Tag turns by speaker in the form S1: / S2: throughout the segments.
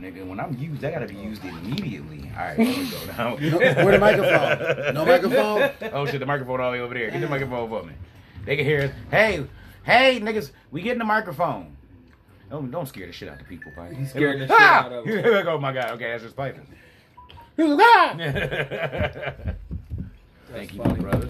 S1: Nigga, when I'm used, that gotta be used immediately. All right, here we go now.
S2: Where the microphone? No microphone?
S1: oh shit, the microphone all the way over there. Get the microphone for me. They can hear us. Hey, hey, niggas, we getting the microphone. Don't, don't scare the shit out of people, Pipe. He's
S3: scaring the shit out of 'em.
S1: He's like, oh my god, okay, that's just Piper. "Ah!" Thank you, my
S3: funny.
S1: brother.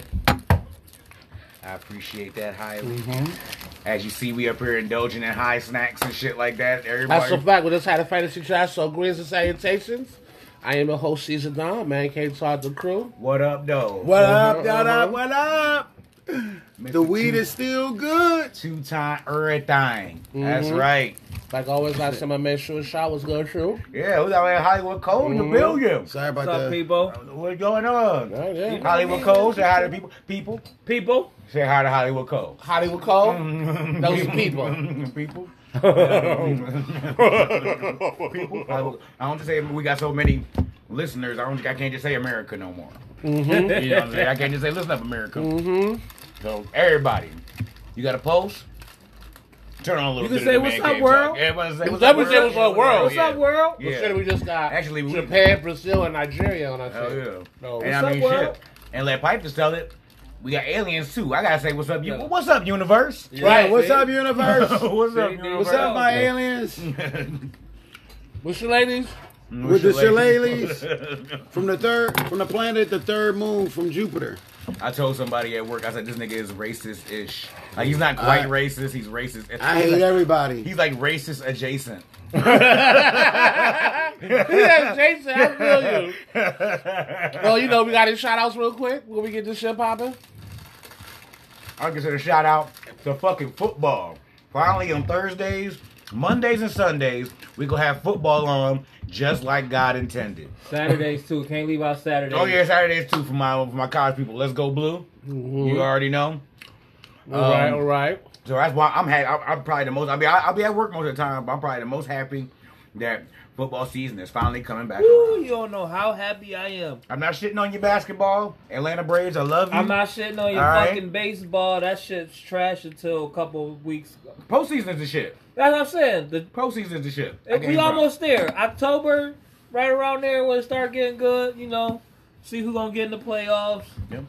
S1: I appreciate that highly.
S3: Mm-hmm.
S1: As you see, we up here indulging in high snacks and shit like that. Everybody,
S2: That's a fact. With this how to fight a success. So greetings and salutations. I am your host, Caesar Don. Man, can't talk the crew.
S1: what up, though?
S4: What
S2: Uh-huh,
S4: up, what
S2: uh-huh.
S4: up, what up? The weed is still good.
S1: two time everything. That's
S2: Mm-hmm.
S1: right.
S2: Like always, last time I made sure Shaw was good too.
S1: Yeah, who's out there in Hollywood Cold in
S2: Mm-hmm.
S1: the building?
S4: Sorry about
S3: What's up,
S4: that.
S3: people?
S1: What's going on?
S2: Yeah, yeah.
S1: Hollywood Cold, say hi to people. People,
S3: People?
S1: say hi to Hollywood Cold.
S2: Hollywood Cole. Those are people.
S1: people. people. Hollywood- I don't just say we got so many listeners. I don't. I can't just say America no more.
S3: Mm-hmm.
S1: You know what I'm saying? I can't just say listen up, America. So everybody, you got a post. Turn on a little
S3: You can
S1: bit
S3: say,
S1: of the
S3: "What's
S1: man
S3: up,
S1: cave
S3: world?"
S1: talk. Everybody say,
S2: What's
S1: "What's
S2: up,
S1: up,
S2: we say, "What's up,
S4: Oh,
S2: world?"
S3: What's up,
S1: Yeah.
S3: world?
S1: Yeah.
S2: Shit, we just got
S1: Actually, we-
S2: Japan, Brazil, and Nigeria on our
S1: Hell
S2: team.
S1: Oh, yeah.
S2: No.
S1: and
S3: What's
S1: I
S3: up,
S1: mean,
S3: world?
S1: shit. And let Pipe just tell it. We got aliens too. I gotta say, what's up, you? What's up, universe?
S2: Right.
S4: What's up, universe?
S1: what's up,
S3: See, dude,
S1: universe?
S4: What's up, my
S3: Yeah.
S4: aliens?
S2: What's your ladies?
S4: With the shillelaghs
S1: shillelaghs.
S4: from the third, from the planet, the third moon from Jupiter.
S1: I told somebody at work. I said this nigga is racist-ish. Like he's not quite
S4: I-
S1: racist. He's racist.
S4: I
S1: he's
S4: hate
S1: like,
S4: everybody.
S1: He's like racist adjacent.
S2: yeah, Jason, I feel you. Well, you know, we got any shout outs real quick when we get this shit popping.
S1: I consider shout out to fucking football. Finally, on Thursdays, Mondays, and Sundays, we gonna have football on just like God intended.
S3: Saturdays, too. Can't leave out Saturdays.
S1: Oh yeah, Saturdays too for my for my college people. Let's go blue.
S3: Mm-hmm.
S1: You already know.
S2: Mm, All right,
S1: Um,
S2: all right.
S1: So that's why I'm happy. I'm, I'm probably the most. I mean, I, I'll be at work most of the time, but I'm probably the most happy that football season is finally coming back
S3: Woo,
S1: around.
S3: you don't know how happy I am.
S1: I'm not shitting on your basketball, Atlanta Braves. I love you.
S3: I'm not shitting on your
S1: All right.
S3: fucking baseball. That shit's trash until a couple of weeks ago.
S1: Postseason is the shit.
S3: That's what I'm saying. The,
S1: Postseason is the shit. I can't
S3: we
S1: even front.
S3: almost there. October, right around there, when it start getting good, you know, see who gonna get in the playoffs.
S1: Yep.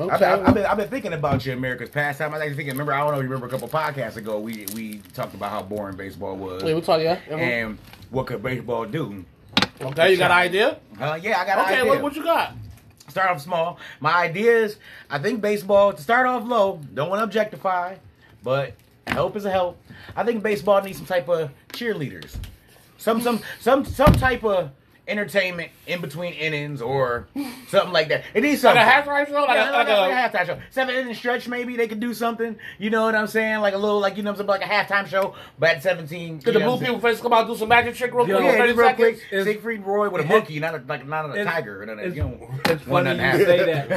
S2: Okay.
S1: I've, been, I've, been, I've been thinking about your America's pastime. I was actually thinking. Remember, I don't know if you remember a couple podcasts ago. We we talked about how boring baseball was
S2: Wait, we'll talk, yeah. Uh-huh.
S1: and what could baseball do.
S2: Okay, you got an idea?
S1: Uh, yeah, I got an
S2: Okay,
S1: idea.
S2: what, what you got?
S1: start off small. My idea is, I think baseball to start off low. Don't want to objectify, but help is a help. I think baseball needs some type of cheerleaders, some some some some type of entertainment in between innings or something like that. It needs
S2: Like a
S1: something.
S2: halftime show? Like,
S1: Yeah,
S2: a,
S1: like,
S2: like,
S1: a,
S2: a,
S1: like a halftime show. Seven inning stretch, maybe they could do something. You know what I'm saying? Like a little, like you know, what I'm saying, like a halftime show, but at 17.
S2: Could
S1: you
S2: the
S1: know
S2: blue
S1: what I'm
S2: people face come out and do some magic trick real quick?
S3: Yeah,
S1: saying?
S2: Yeah,
S1: Yeah,
S2: 30
S1: just real quick.
S2: seconds?
S3: It's-
S1: Siegfried Roy with a monkey, not a, like not a
S3: it's-
S1: tiger. None of that.
S3: it's-
S1: You know,
S3: It's
S1: one
S3: funny
S1: nothing
S3: you say
S1: happened.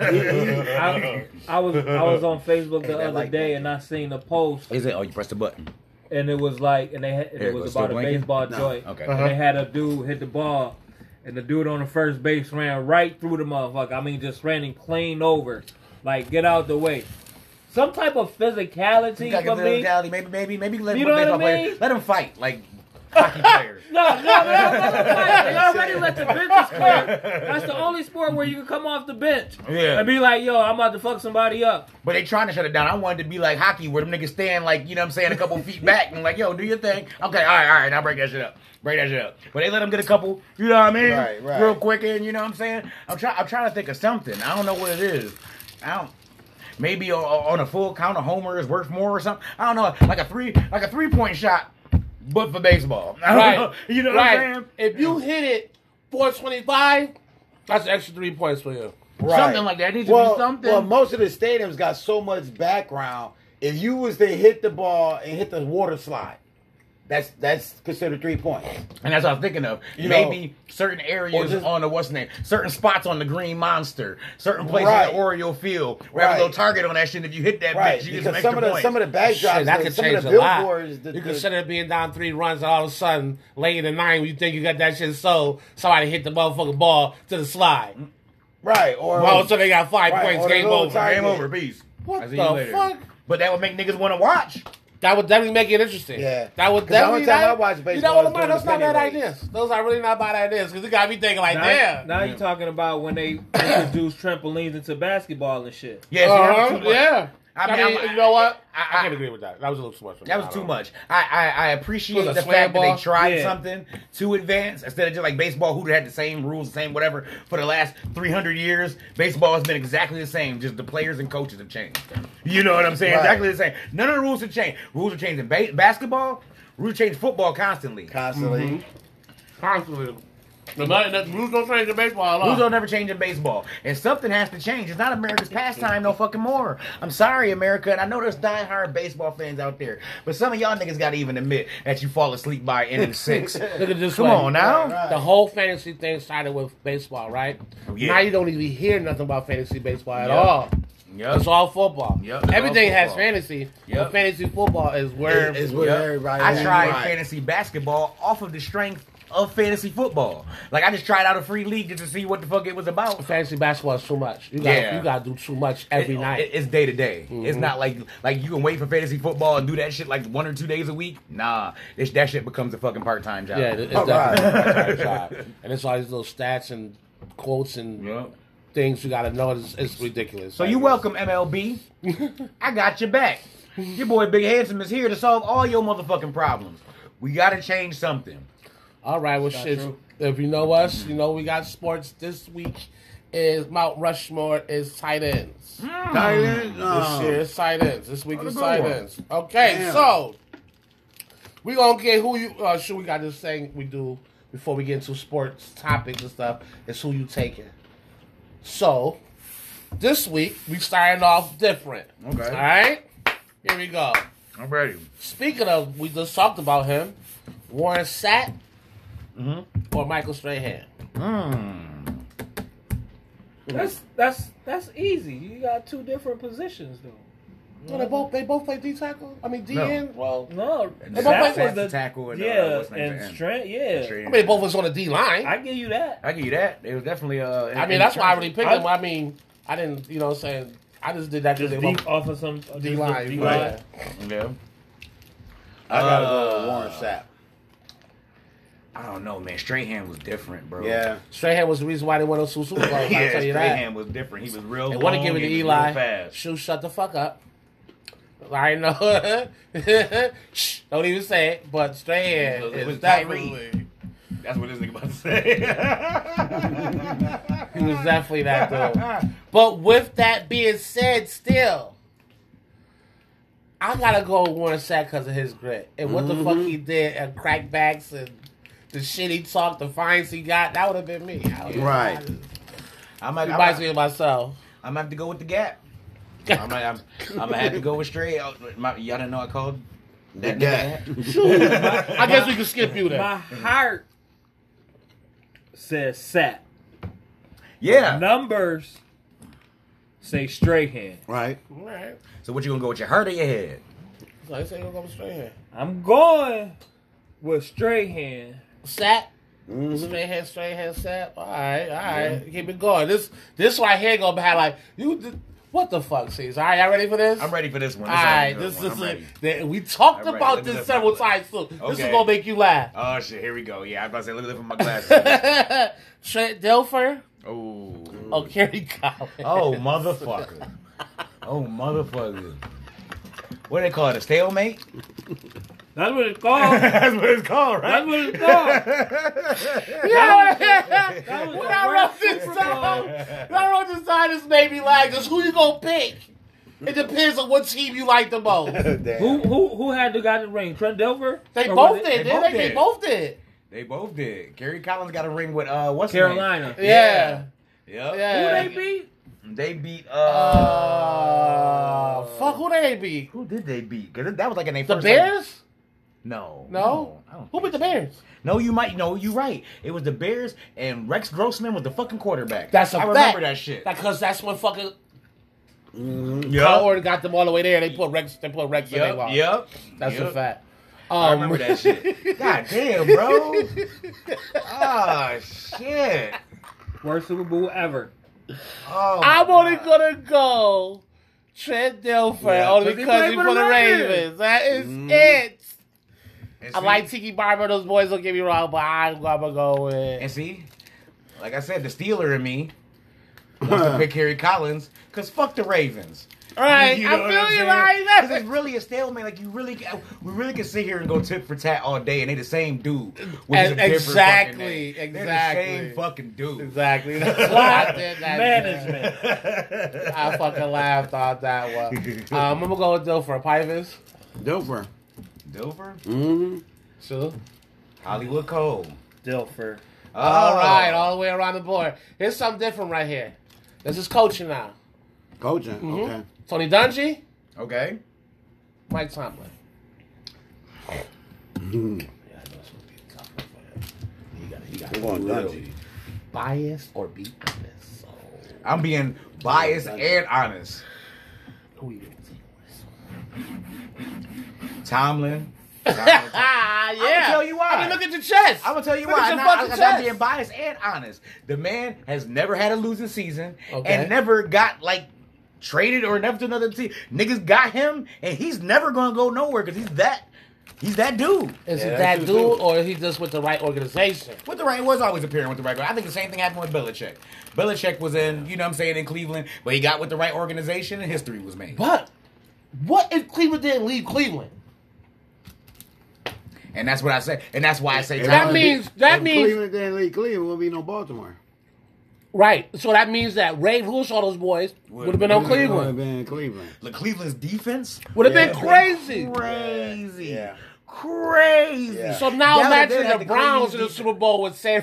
S3: I, I was I was on Facebook the
S1: that
S3: other
S1: light
S3: day
S1: bulb.
S3: and I seen a post
S1: Is it? Oh, you press the button.
S3: and it was like and they had, and
S1: Here it
S3: it
S1: goes.
S3: was about a
S1: Still blinking?
S3: baseball
S4: No.
S3: joint.
S1: Okay.
S3: And they had a dude hit the ball and the dude on the first base ran right through the motherfucker. I mean just ran him clean over. Like get out the way. Some type of physicality
S1: Like a
S3: for me. No,
S1: mentality. Maybe, maybe, maybe let
S3: You
S1: them
S3: know what I
S1: baseball players-
S3: mean?
S1: let them fight like hockey players.
S3: no, no, no, no, no. They already let the benches clear. That's the only sport where you can come off the bench
S1: Yeah.
S3: and be like, yo, I'm about to fuck somebody up.
S1: But they trying to shut it down. I wanted to be like hockey, where them niggas stand like you know what I'm saying a couple feet back and like yo, do your thing. Okay, all right, all right, now break that shit up, break that shit up. But they let them get a couple, you know what I mean,
S4: Right, right.
S1: real quick and you know what I'm saying. I'm trying, I'm trying to think of something. I don't know what it is. I don't. Maybe o- o- on a full count, a homer is worth more or something. I don't know, like a three, like a three point shot, but for baseball. I don't know.
S2: Right.
S1: You know what
S2: right.
S1: I'm saying?
S2: If you hit it 425, that's an extra three points for you.
S1: Something like that. It needs to be
S4: well,
S1: something.
S4: Well, most of the stadiums got so much background. If you was to hit the ball and hit the water slide, that's that's considered three points.
S1: And that's what I'm thinking of.
S4: You
S1: Maybe
S4: know,
S1: certain areas
S4: just-
S1: on the what's name, certain spots on the Green Monster, certain places
S4: Right.
S1: at Oreo Field, where have a
S4: Right.
S1: little target on that shit. If you hit that
S4: Right.
S1: bitch, you get some
S4: Because
S1: extra
S4: some of the
S1: points.
S4: some of the backdrops,
S2: Shit, that
S4: the-
S2: could
S4: some
S2: change
S4: of the
S2: a lot.
S4: billboards, the,
S2: You
S4: the-
S2: consider being down three runs, and all of a sudden, late in the nine, when you think you got that shit sold, somebody hit the motherfucking ball to the slide.
S4: right or
S2: All of a sudden, they got five
S4: Right,
S2: points,
S4: or the
S2: game
S4: little
S2: over.
S4: target.
S1: game over, peace.
S2: What
S1: I see
S2: the
S1: you later.
S2: fuck?
S1: But that would make niggas want to watch.
S2: That would definitely make it interesting.
S4: Yeah.
S2: That would
S4: 'Cause the
S2: definitely.
S4: only time
S2: that-
S4: I watch
S2: You
S4: baseball
S2: know what?
S4: is
S2: I'm not-
S4: during
S2: Those
S4: the
S2: not bad
S4: penny
S2: ideas. Those are really not bad ideas because it got me thinking like,
S3: Now,
S2: damn.
S3: now you're talking about when they introduce trampolines into basketball and shit.
S1: Yes, that
S2: Uh-huh,
S1: was too much.
S2: yeah.
S1: I
S2: I
S1: mean,
S2: mean,
S1: I'm-
S2: you know what?
S1: I-
S2: I,
S1: I-
S2: can't agree with that. That was a little too much. for me.
S1: That
S2: I
S1: was too
S2: don't-
S1: much. I I, I appreciate
S2: Was it
S1: the
S2: slam
S1: fact that
S2: ball?
S1: they tried
S3: Yeah.
S1: something too advanced instead of just like baseball, who had the same rules, the same whatever for the last three hundred years. Baseball has been exactly the same. Just the players and coaches have changed. You know what I'm saying?
S4: Right.
S1: Exactly the same. None of the rules have changed. Rules have changed in ba- basketball. Rules change football constantly.
S4: Constantly.
S2: Constantly. The, money- the rules don't change in baseball
S1: Rules
S2: at all.
S1: don't ever change in baseball, and something has to change. It's not America's pastime no fucking more. I'm sorry, America, and I know there's diehard baseball fans out there, but some of y'all niggas got to even admit that you fall asleep by inning six.
S2: Look at this
S1: Come
S2: way.
S1: on now.
S4: Right, right.
S2: The whole fantasy thing started with baseball, right?
S1: Yeah.
S2: Now you don't even hear nothing about fantasy baseball at
S1: Yeah.
S2: all.
S1: Yep.
S2: It's all football.
S1: Yeah, it's all
S2: Everything has
S1: football.
S2: fantasy,
S1: Yeah.
S2: but fantasy football is where
S4: Is- is where
S1: Yep.
S4: everybody.
S1: I
S4: is.
S1: tried
S4: Right.
S1: fantasy basketball off of the strength of fantasy football. Like I just tried out a free league just to see what the fuck it was about.
S2: fantasy basketball is too much. You got
S1: Yeah.
S2: you got to do too much every
S1: It- oh,
S2: night.
S1: it- it's day to day. It's not like like you can wait for fantasy football and do that shit like one or two days a week. Nah, this, that shit becomes a fucking part time job.
S2: yeah, it- it's
S4: All
S2: definitely a part-time job. and it's all these little stats and quotes and
S1: Yep.
S2: things you got to know. It's, it's ridiculous.
S1: So you welcome MLB. I got your back. Your boy Big Handsome is here to solve all your motherfucking problems. We gotta change something.
S2: All right, well, shit.
S3: true.
S2: If you know us, you know we got sports this week. Is Mount Rushmore is tight ends.
S4: Tight end? No.
S2: This year is tight ends. This week
S1: That's
S2: is
S1: a good
S2: tight
S1: one.
S2: ends. Okay,
S4: Damn.
S2: so we gonna get who you. Uh, sure, we got this thing we do before we get into sports topics and stuff. Is who you taking. So this week we starting off different.
S1: Okay.
S2: All right. Here we go.
S1: I'm ready.
S2: Speaking of, we just talked about him, Warren Sapp or Michael Strahan.
S1: Hmm.
S3: That's that's that's easy. You got two different positions though.
S2: Well, they both they both play D tackle. I mean D end. Well,
S3: No,
S1: They
S2: both
S3: Sapp
S2: play
S3: was
S1: the tackle and, uh,
S3: yeah,
S1: what's his name,
S3: and
S1: and-
S3: Strand. Yeah,
S2: I mean they both was on the D line. I,
S3: I give you that.
S1: I give you that. It was definitely uh. in-
S2: mean that's why I
S1: in-
S2: really picked him. I mean I didn't you know what I'm saying I just did that because
S3: Just
S2: they
S3: deep
S2: both
S3: off of some just
S2: D
S3: the
S2: line.
S3: D
S2: Right.
S3: line.
S1: Yeah.
S4: I gotta go
S1: Uh,
S4: with Warren Sapp.
S1: I don't know, man. Strahan was different, bro.
S4: Yeah.
S2: Strahan was the reason why they won those two Super Bowls. I'll
S1: yeah.
S2: tell you that.
S1: Strahan was different. He was real.
S2: They
S1: Long,
S2: want to give it to
S1: he was real
S2: Eli.
S1: Fast.
S2: Shoot, shut the fuck up. I know. Shh, Don't even say it. But Strahan
S1: It was
S2: is
S1: with
S2: definitely.
S1: Tyree. That's what this nigga about to say.
S2: He was definitely that though. But with that being said, still, I gotta go with Warren Sapp because of his grit and what the fuck he did and crackbacks and the shit he talked, the fines he got. That would have been me. I would've-
S4: Right.
S1: I might, I,
S2: Reminds me
S1: might,
S2: of myself.
S1: I might have to go with the gap. I might, I'm, I'm gonna have to go with straight. Uh, My, y'all didn't know I called
S4: The
S1: nigga
S4: guy.
S2: I guess we can skip you there.
S3: My heart says Sap.
S1: Yeah.
S3: Numbers say Strahan.
S4: Right.
S2: All right.
S1: So what you gonna go with your heart or your head?
S2: So I say we're going straight here.
S3: I'm going with Strahan.
S2: Sap.
S4: Mm-hmm.
S2: Straight hand, straight hand, sap. All right, all right. Keep it going. This, this right here gonna be how, like you. Did, what the fuck, C's? All right, y'all ready for this?
S1: I'm ready for this one.
S2: All
S1: is a
S2: right,
S1: good
S2: this
S1: one.
S2: is
S1: I'm ready.
S2: it. That- We talked
S1: I'm ready.
S2: about
S1: Let me
S2: this
S1: lift
S2: several
S1: my glass.
S2: times, too. This is
S1: Okay.
S2: gonna make you laugh.
S1: Oh shit! Here we go. Yeah, I was about to say, let me lift up my glasses.
S2: Trent Dilfer
S1: oh.
S2: or Kerry Collins?
S1: Oh motherfucker. Oh motherfucker. What do they call it? A stalemate?
S3: That's what it's called.
S1: That's what it's called,
S3: That's what it's called.
S2: yeah.
S3: That was
S2: When
S3: the
S2: I wrote
S3: worst
S2: this
S3: Super
S2: down,
S3: Bowl.
S2: when I wrote this down, this made me laugh. Cause who you gonna pick? It depends on what team you like the most.
S3: Who
S4: Damn.
S3: who who had the guy that ring? Trent Dilfer?
S2: They
S3: Or
S2: both
S3: was it-
S1: they
S2: did.
S1: both
S2: didn't They, they
S1: did.
S2: both did.
S1: They both did. Kerry Collins got a ring with uh what's his
S3: Carolina.
S1: name?
S2: Yeah.
S1: Yep.
S2: Yeah.
S3: Who they beat?
S1: They beat uh,
S2: Uh, fuck. Who they beat?
S1: Who did they beat? Because that was like in their
S2: The
S1: first
S2: Bears?
S1: No.
S2: No.
S1: I don't
S2: Who beat the Bears?
S1: No, you might. No, you right. It was the Bears and Rex Grossman was the fucking quarterback.
S2: That's a
S1: I
S2: fact.
S1: remember that shit.
S2: Because that's when fucking Kyle
S1: Yup.
S2: Orton got them all the way there. They put Rex. They put Rex. in they
S1: Yup.
S2: lost.
S1: Yup.
S2: That's
S1: Yup.
S2: a fact. Um, Oh,
S1: I remember that shit. God damn, bro. Ah, shit.
S3: Worst Super Bowl ever.
S1: Oh,
S2: I'm
S1: my
S2: only
S1: God.
S2: gonna go Trent Dilfer
S4: Yeah,
S2: only
S1: 'cause he
S2: because
S1: played
S2: he
S1: for
S2: for
S1: the
S2: the
S1: Ravens.
S2: Ravens. That is
S4: Mhm.
S2: it.
S1: And
S2: I
S1: see-
S2: like Tiki Barber. Those boys don't get me wrong, but I'm gonna go
S1: And
S2: with.
S1: see, like I said, the Steeler in me wants to pick Harry Collins because fuck the Ravens.
S2: All right,
S1: You know
S2: I
S1: what
S2: feel
S1: I'm
S2: you
S1: saying?
S2: right
S1: 'Cause it's really a stalemate. Like you really, we really can sit here and go tit for tat all day, and they the same dude. which is a
S2: And-
S1: different
S2: exactly,
S1: fucking name.
S2: exactly.
S1: They're the same fucking dude.
S2: Exactly. That's why I
S3: Plot
S2: did that.
S3: management.
S2: I fucking laughed on that one. Um, I'm gonna go with Dilfer. Pivus.
S4: Dover.
S1: Dilfer,
S4: Mm-hmm.
S2: Sure.
S1: Hollywood Cole.
S3: Dilfer.
S2: All
S1: Oh.
S2: right, all the way around the board. Here's something different right here. This is coaching now.
S4: Coaching. Okay.
S2: Tony Dungy,
S1: Okay.
S2: Mike Tomlin. Yeah, I know it's gonna be a tough one for him. You gotta- you gotta
S4: We're
S2: be
S4: going
S2: real.
S4: Dungy.
S2: Biased or be honest. So,
S1: I'm being biased and honest.
S2: who you gonna take with this one?
S1: Tomlin.
S2: Ah, yeah.
S1: tell you why.
S2: I mean, look at your chest.
S1: I'm gonna tell you
S2: Look
S1: why.
S2: at your
S1: Nah,
S2: fucking
S1: because I'm
S2: chest.
S1: being biased and honest. The man has never had a losing season
S2: Okay.
S1: and never got like traded or never to another team. Niggas got him, and he's never gonna go nowhere because he's that he's that dude.
S2: Is
S4: Yeah,
S2: it
S4: that's
S2: that
S4: who's
S2: dude,
S4: who.
S2: or he just with the right organization?
S1: With the right was always appearing with the right guy. I think the same thing happened with Belichick. Belichick was in, you know what I'm saying, in Cleveland, but he got with the right organization and history was made.
S2: But what if Cleveland didn't leave Cleveland?
S1: And that's what I say. And that's why I say
S4: If
S2: That
S1: Tomlin.
S2: means- that
S4: if
S2: means-
S4: Cleveland didn't leave Cleveland, will be no Baltimore.
S2: Right. So that means that Ray Russo, all those boys would have been on
S4: Would have
S2: Cleveland.
S4: been Cleveland.
S1: the Cleveland's defense
S2: Would have been
S4: Yeah.
S2: crazy.
S1: crazy.
S4: Yeah.
S1: Crazy.
S4: Yeah.
S2: So now
S1: Now that they
S2: imagine
S1: had
S2: the
S1: the
S2: Browns
S1: craziest
S2: in the
S1: defense.
S2: Super Bowl with San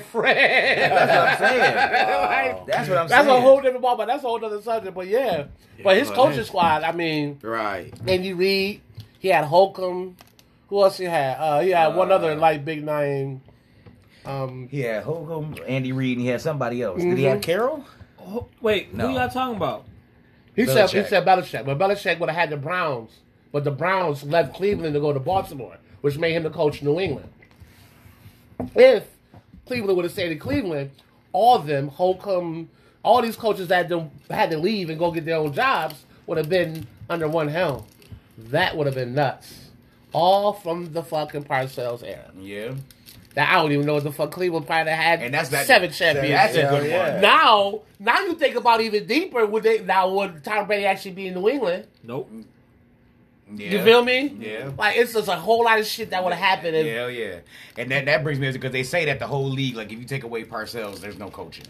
S2: Fran.
S1: That's what I'm saying.
S4: Oh.
S2: Like,
S1: That's what I'm
S2: that's
S1: saying.
S2: a whole different ball, but that's a whole other subject. But yeah, but his
S4: well,
S2: coaching
S4: that's-
S2: squad. I mean,
S4: Right.
S2: Andy Reid. He had Holcomb. Who else he had? Uh, he had one other like big name. Um,
S1: He had Holcomb, Andy Reid, and he had somebody else. Did
S2: Mm-hmm.
S1: he have Carroll?
S3: Oh, wait,
S1: No.
S3: who y'all talking about?
S2: He said he
S1: Belichick.
S2: said Belichick, but Belichick would have had the Browns, but the Browns left Cleveland to go to Baltimore, which made him the coach of New England. If Cleveland would have stayed in Cleveland, all of them, Holcomb, all these coaches that had to, had to leave and go get their own jobs would have been under one helm. That would have been nuts. All from the fucking Parcells era.
S1: Yeah.
S2: That I don't even know what the fuck Cleveland probably had
S1: And that's that
S2: seven champions.
S1: That's a good
S4: Yeah.
S1: one.
S2: Now, now you think about even deeper. Would they now would Tom Brady actually be in New England?
S3: Nope.
S1: Yeah.
S2: You feel me?
S1: Yeah.
S2: Like it's just a whole lot of shit that would have happened. If,
S1: Hell yeah. And that, that brings me because they say that the whole league, like if you take away Parcells, there's no coaching.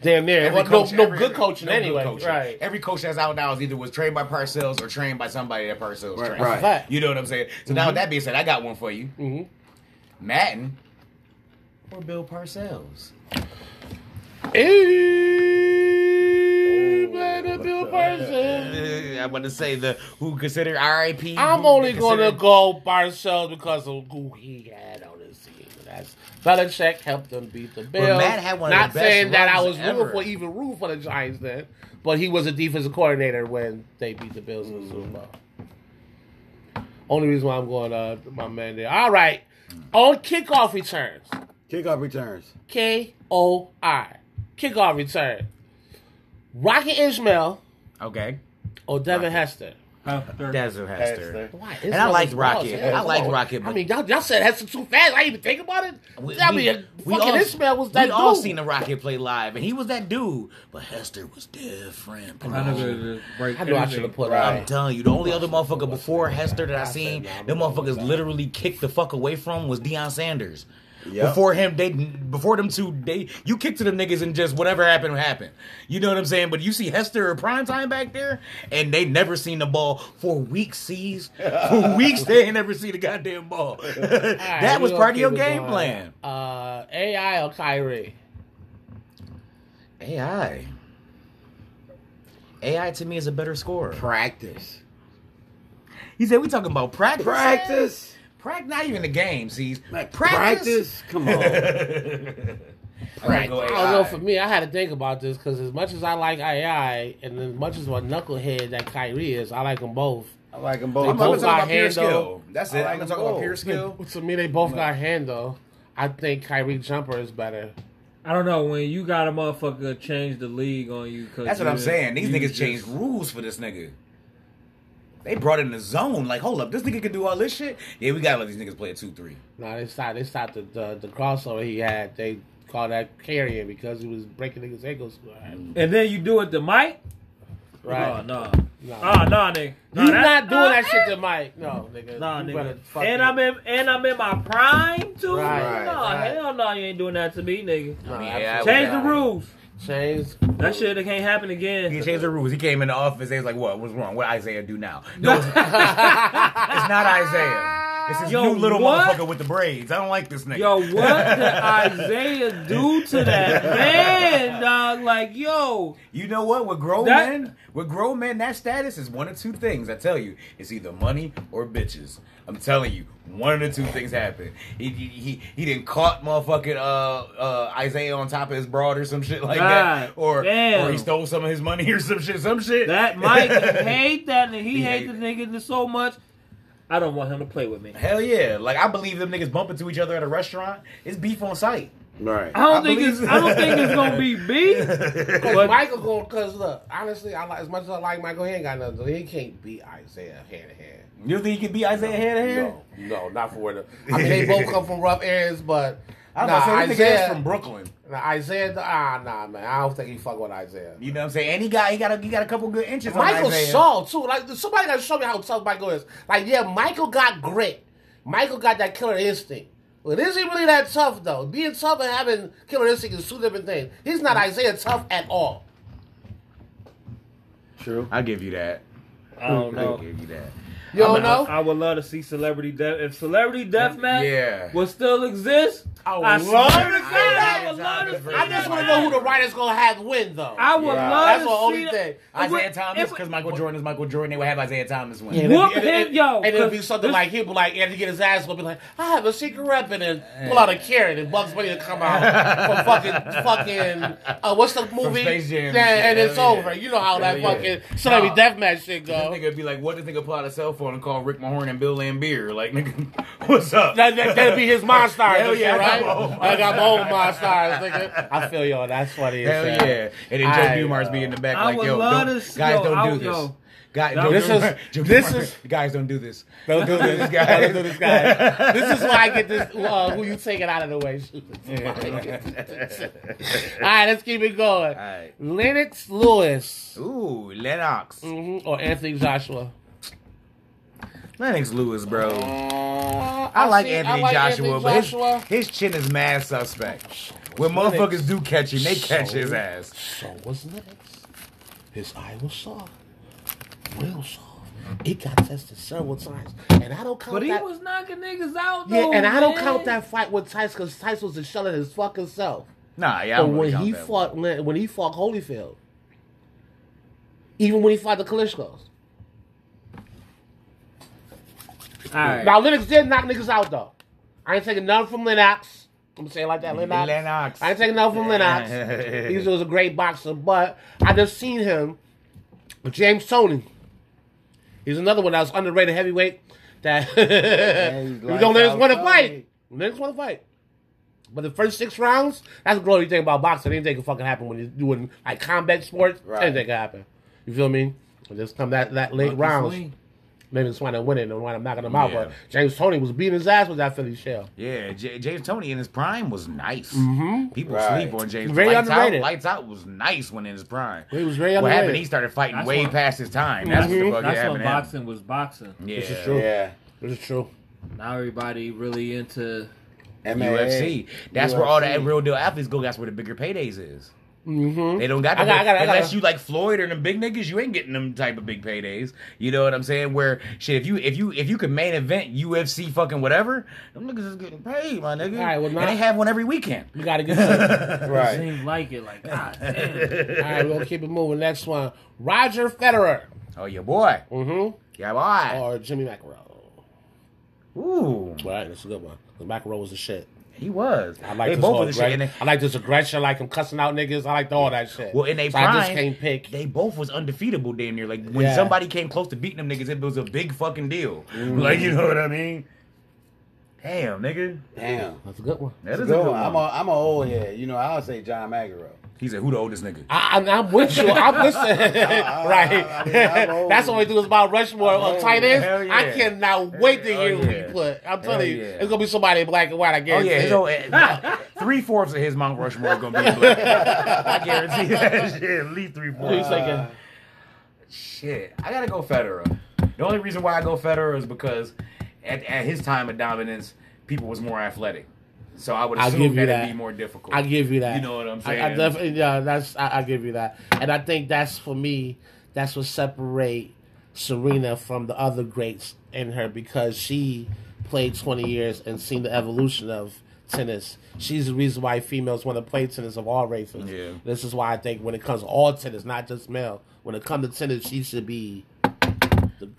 S2: Damn near.
S1: Every
S2: Well, no,
S1: coach-
S2: no
S1: every-
S2: good coaching
S1: no good
S2: anyway.
S1: coaching.
S2: Right.
S1: Every coach that's out now is either was trained by Parcells or trained by somebody that Parcells
S4: Right,
S1: trained.
S4: right. That's
S2: a fact.
S1: You know what I'm saying? So
S2: Mm-hmm.
S1: now with that being said, I got one for you.
S2: Mhm.
S1: Madden or Bill Parcells?
S2: Mm-hmm. Hey, man, a Bill Parcells.
S1: I want to say the who consider RIP.
S2: I'm
S1: who
S2: only going
S1: consider-
S2: to go Parcells because of who he had on his team. That's Belichick helped them beat the Bills.
S1: Matt had one of
S2: Not
S1: the best
S2: saying that I
S1: runs
S2: was
S1: ever.
S2: rooting for even root for the Giants then, but he was a defensive coordinator when they beat the Bills in the Super
S1: Mm.
S2: Bowl. Only reason why I'm going uh my man there. All right, on kickoff returns,
S4: Kickoff returns.
S2: K O I, kickoff return. Rocket Ishmael
S1: Okay.
S2: or Devin Hester.
S1: Desert Hester.
S2: Why?
S1: And I liked
S2: It's-
S1: Rocket.
S2: it's-
S1: I liked
S2: it's-
S1: Rocket,
S2: I
S1: but-
S2: mean, y'all, y'all said that's too fast. I didn't even think about it. I mean, fucking Ishmael was that
S1: we all
S2: dude.
S1: seen the Rocket play live, and he was that dude. But Hester was different. bro.
S3: I know just break
S2: I knew I
S3: everything.
S2: should have put
S4: Right.
S2: right.
S1: I'm telling you, the only other motherfucker before Hester that I seen, the motherfuckers literally kicked the fuck away from was Deion Sanders.
S4: Yep.
S1: Before him, they before them two, they you kick to them niggas and just whatever happened happened. You know what I'm saying? But you see Hester or prime time back there, and they never seen the ball for weeks. Sees for weeks they ain't never seen the goddamn ball. that was part of your game plan.
S2: Uh, AI or Kyrie?
S1: AI, AI to me is a better scorer.
S4: Practice.
S1: He said we talking about practice,
S4: Practice.
S1: Prac- not even the game. Sees
S4: Like, practice. Come on.
S1: Right.
S2: I don't know. For me, I had to think about this because as much as I like AI and as much as what knucklehead that Kyrie is, I like them both.
S4: I like them
S2: They
S4: both.
S1: I'm not gonna
S2: both
S1: talk
S2: got
S1: about pure
S2: handle.
S1: skill. That's it.
S4: I
S1: I'm
S4: like
S1: gonna talk about
S4: both.
S1: pure skill.
S2: To me, they both got handle. I think Kyrie jumper is better.
S3: I don't know when you got a motherfucker change the league on you. Cause
S1: That's what
S3: you-
S1: I'm saying. These
S3: you
S1: niggas
S3: just-
S1: changed rules for this nigga. They brought in the zone. Like, hold up, this nigga can do all this shit. Yeah, we gotta let these niggas play a two three.
S2: No, they stopped. They stopped the, the the crossover he had. They called that carrying because he was breaking niggas' ankles.
S1: Mm.
S3: And then you do it to Mike? Oh,
S2: Right?
S3: No, no.
S2: Nah.
S3: Ah, nah, nigga. Nah,
S2: you
S3: that-
S2: not doing
S3: nah,
S2: that shit to Mike. No, nigga.
S3: Nah,
S2: You better
S3: nigga.
S2: fuck
S3: And
S2: it.
S3: I'm in and I'm in my prime too.
S2: Right,
S3: nah,
S2: right.
S3: hell no, you ain't doing that to me, nigga.
S2: No,
S1: Yeah,
S2: absolutely
S1: I
S3: Change the
S2: not.
S3: rules.
S2: Change.
S3: That shit that can't happen again.
S1: He changed the rules. He came in the office. They was like, "What? What's wrong? What Isaiah do now?" No, it's, it's not Isaiah. It's this
S3: Yo,
S1: new little
S3: what?
S1: motherfucker with the braids. I don't like this nigga.
S3: Yo, what did Isaiah do to that man, dog? Like, yo,
S1: You know what? With grown
S3: That-
S1: men, with grown men, that status is one of two things. I tell you, it's either money or bitches. I'm telling you, one of the two things happen. He he he, he didn't caught motherfucking uh, uh, Isaiah on top of his broad or some shit like
S3: God
S1: that, or
S3: damn.
S1: or he stole some of his money or some shit, some shit.
S3: that Mike hate that nigga. He,
S1: He
S3: hate
S1: hate
S3: the nigga so much. I don't want him to play with me.
S1: Hell yeah! Like I believe them niggas bumping to each other at a restaurant. It's beef on site.
S4: Right.
S3: I
S1: I
S3: don't think
S1: believe-
S3: it's. I don't think it's gonna be beat.
S2: Cause
S3: But-
S2: Michael going cause look, honestly, I like as much as I like Michael, he ain't got nothing. to do. He can't beat Isaiah hand to hand.
S1: You think he could beat Isaiah head to head?
S2: No, no, not for where the. I mean, they both come from rough areas, but
S1: I'm
S2: nah,
S1: about to say this nigga
S2: Isaiah
S1: is from Brooklyn.
S2: nah, Isaiah, ah, nah, man, I don't think he fuck with Isaiah.
S1: You know what I'm saying? And he got he got a, he got a couple good inches.
S2: Michael
S1: on Isaiah.
S2: Shaw too. Like somebody gotta show me how tough Michael is. Like yeah, Michael got grit. Michael got that killer instinct. But is he really that tough though? Being tough and having killer instinct is two different things. He's not
S1: Mm.
S2: Isaiah tough at all.
S4: True.
S1: I give you that.
S3: I don't
S1: I
S3: know.
S1: give you that.
S2: You don't
S3: I,
S2: know?
S3: I would love to see celebrity death. If celebrity death match
S1: Yeah.
S3: will still exist,
S2: Mm, I
S3: I,
S2: would
S3: swear
S2: love
S3: to
S2: to
S3: God,
S2: see
S3: I
S1: that.
S3: would love to see
S1: I
S2: I just want to
S3: that.
S2: know who the writer's gonna have win though.
S3: I would
S4: Yeah.
S3: love
S2: That's
S3: to
S2: the only
S3: see
S2: thing.
S3: that.
S1: Isaiah
S3: If-
S1: Thomas,
S3: if-
S1: because Michael Jordan is Michael Jordan. They would have Isaiah Thomas win.
S2: And it'd
S3: Whoop
S2: be- and
S3: him,
S2: it-
S3: yo,
S2: And it'll be
S3: 'cause
S2: something
S3: this-
S2: like he'll be like, and he get his ass whooped, be like, I have a secret weapon, and pull out a carrot, and Bugs Bunny to come out from fucking, fucking, uh, what's the movie?
S1: Space Jam.
S2: Yeah, and
S1: Hell
S2: it's
S1: yeah.
S2: over. You know how that
S1: Hell
S2: fucking
S1: yeah.
S2: celebrity
S1: Nah.
S2: deathmatch shit
S1: This
S2: go.
S1: nigga would be like, what this nigga pull out a cell phone and call Rick Mahorn and Bill Lambier? Like, nigga, what's up?
S2: That, that, that'd be his monster,
S1: Hell yeah,
S2: yeah, right?
S1: I got my own
S2: I got my own monster, nigga. I feel y'all. That's funny. as
S1: Hell
S2: hell.
S1: yeah. And then Joe
S2: I-
S1: Dumars be in the back
S3: I
S1: like,
S3: would
S1: yo,
S3: love
S1: don't,
S3: to-
S1: guys,
S3: yo,
S1: don't
S3: I
S1: do
S3: would-
S1: this.
S3: yo.
S1: Guys,
S3: That-
S1: don't
S2: This
S1: do
S2: is-
S1: this. Joe
S2: this
S1: Dumars,
S2: is-
S1: guys, don't do this.
S2: Don't do this, guys. Don't do this, guys. This is why I get this. Uh, who you taking out of the way? All right, let's keep it going.
S1: All right.
S2: Lennox Lewis
S1: Ooh, Lennox.
S2: Mhm, or Anthony Joshua.
S1: Lennox Lewis, bro.
S2: Uh,
S1: I like
S2: see-
S1: Anthony
S2: like
S1: Joshua,
S2: Anthony
S1: but his-
S2: Joshua.
S1: His, chin is mad suspect. When motherfuckers do catch him, they catch his ass.
S2: So was Lennox. His eye was soft, real soft. He got tested several times, and I don't count
S3: But he
S2: that.
S3: was knocking niggas out
S2: yeah,
S3: though.
S2: and I don't
S3: man.
S2: count that fight with Tyson because Tyson was a shell of his fucking self.
S1: Nah, yeah. I
S2: But
S1: don't really
S2: when
S1: count
S2: he
S1: that
S2: fought Lin- when he fought Holyfield, even when he fought the Klitschko's.
S3: All right.
S2: Now Lennox did knock niggas out though. I ain't taking nothing from Lennox. I'm saying it like that, Lennox.
S1: Lennox.
S2: I ain't taking nothing from Lennox. he was a great boxer, but I just seen him with James Tony. He's another one that was underrated heavyweight. That
S4: he's
S2: we don't let us
S4: lights
S2: want to
S4: out,
S2: fight. Let us want to fight. But the first six rounds, that's the glory thing about boxing. Anything can fucking happen when you're doing like combat sports.
S4: Right.
S2: Anything can happen. You feel me? Just come that that late rounds.
S3: Swing.
S2: Maybe it's why they winning and why I'm knocking them out.
S1: Yeah.
S2: But James Tony was beating his ass with that Philly shell.
S1: Yeah, J- James Tony in his prime was nice. People
S4: Right.
S1: sleep on James.
S2: Mm-hmm. Very
S1: Lights
S2: underrated.
S1: Out, Lights Out was nice when in his prime.
S2: He was very
S1: what
S2: underrated. Mm-hmm.
S1: happened? He started fighting
S3: That's
S1: way
S3: what-
S1: past his time. That's what the fuck
S3: That's
S1: happened.
S3: when
S1: to him.
S3: boxing was boxing.
S1: Yeah,
S2: This is true.
S4: Yeah.
S2: This is true.
S3: Now everybody really into.
S1: UFC. That's where all the
S4: UFC.
S1: real deal athletes go. That's where the bigger paydays is.
S2: Mm-hmm.
S1: They don't got,
S2: I
S1: the
S2: got-
S1: big-
S2: I got- I got-
S1: unless you like Floyd or them big niggas, you ain't getting them type of big paydays. You know what I'm saying? Where shit, if you if you if you could main event UFC fucking whatever, them niggas is getting paid, my nigga.
S2: All right, well,
S1: and
S2: now-
S1: they have one every weekend.
S2: We gotta get to it.
S3: Right.
S4: Right.
S3: Seem like it. Like God damn.
S2: All right, we'll keep it moving. Next one, Roger Federer.
S1: Oh, your boy,
S2: Mm-hmm.
S1: yeah, boy.
S2: Or Jimmy McEnroe. Oh.
S1: Ooh,
S2: All right, that's a good one. 'Cause McEnroe was the shit.
S1: he was.
S2: I like
S1: they
S2: this
S1: both
S2: whole
S1: was the shit.
S2: aggression.
S1: And they,
S2: I like this aggression. I like him cussing out niggas. I like all that shit.
S1: well, in they
S2: so
S1: prime,
S2: I just can't pick.
S1: They both was undefeatable damn near. Like when
S2: Yeah.
S1: somebody came close to beating them niggas, it was a big fucking deal.
S2: Mm.
S1: Like you know what I mean? Damn, nigga,
S4: Damn.
S2: That's a good one.
S1: that is
S4: Go
S1: a good
S4: on. I'm a
S1: one.
S4: I'm an old head. You know, I'll say John McEnroe.
S1: He said, "Who the oldest nigga?"
S2: I, I'm, I'm with you. I'm listening.
S4: I
S2: right.
S4: mean, I'm old.
S2: That's the only thing is about Rushmore of tight ends.
S1: Oh, Hell yeah.
S2: I cannot wait to
S1: Hell
S2: hear who
S1: yeah.
S2: we put. I'm telling
S1: Hell
S2: you,
S1: yeah.
S2: it's gonna be somebody in black and white. I
S1: Oh
S2: guarantee.
S1: yeah,
S2: it.
S1: his old- uh, three fourths of his Mount Rushmore is gonna be black. I guarantee that shit. At least three
S2: Who you
S1: fourths.
S2: thinking?
S1: Shit, I gotta go Federer. The only reason why I go Federer is because at, at his time of dominance, people was more athletic, so I would
S2: I'll give
S1: assume
S2: you
S1: that
S2: that.
S1: it'd be more difficult.
S2: I give you that.
S1: You know what I'm
S2: I- I,
S1: saying?
S2: definitely, yeah, that's I, I give you that, and I think that's for me. That's what separate Serena from the other greats in her because she played 20 years and seen the evolution of tennis. She's the reason why females want to play tennis of all races.
S1: Yeah.
S2: This is why I think when it comes to all tennis, not just male, when it comes to tennis, she should be.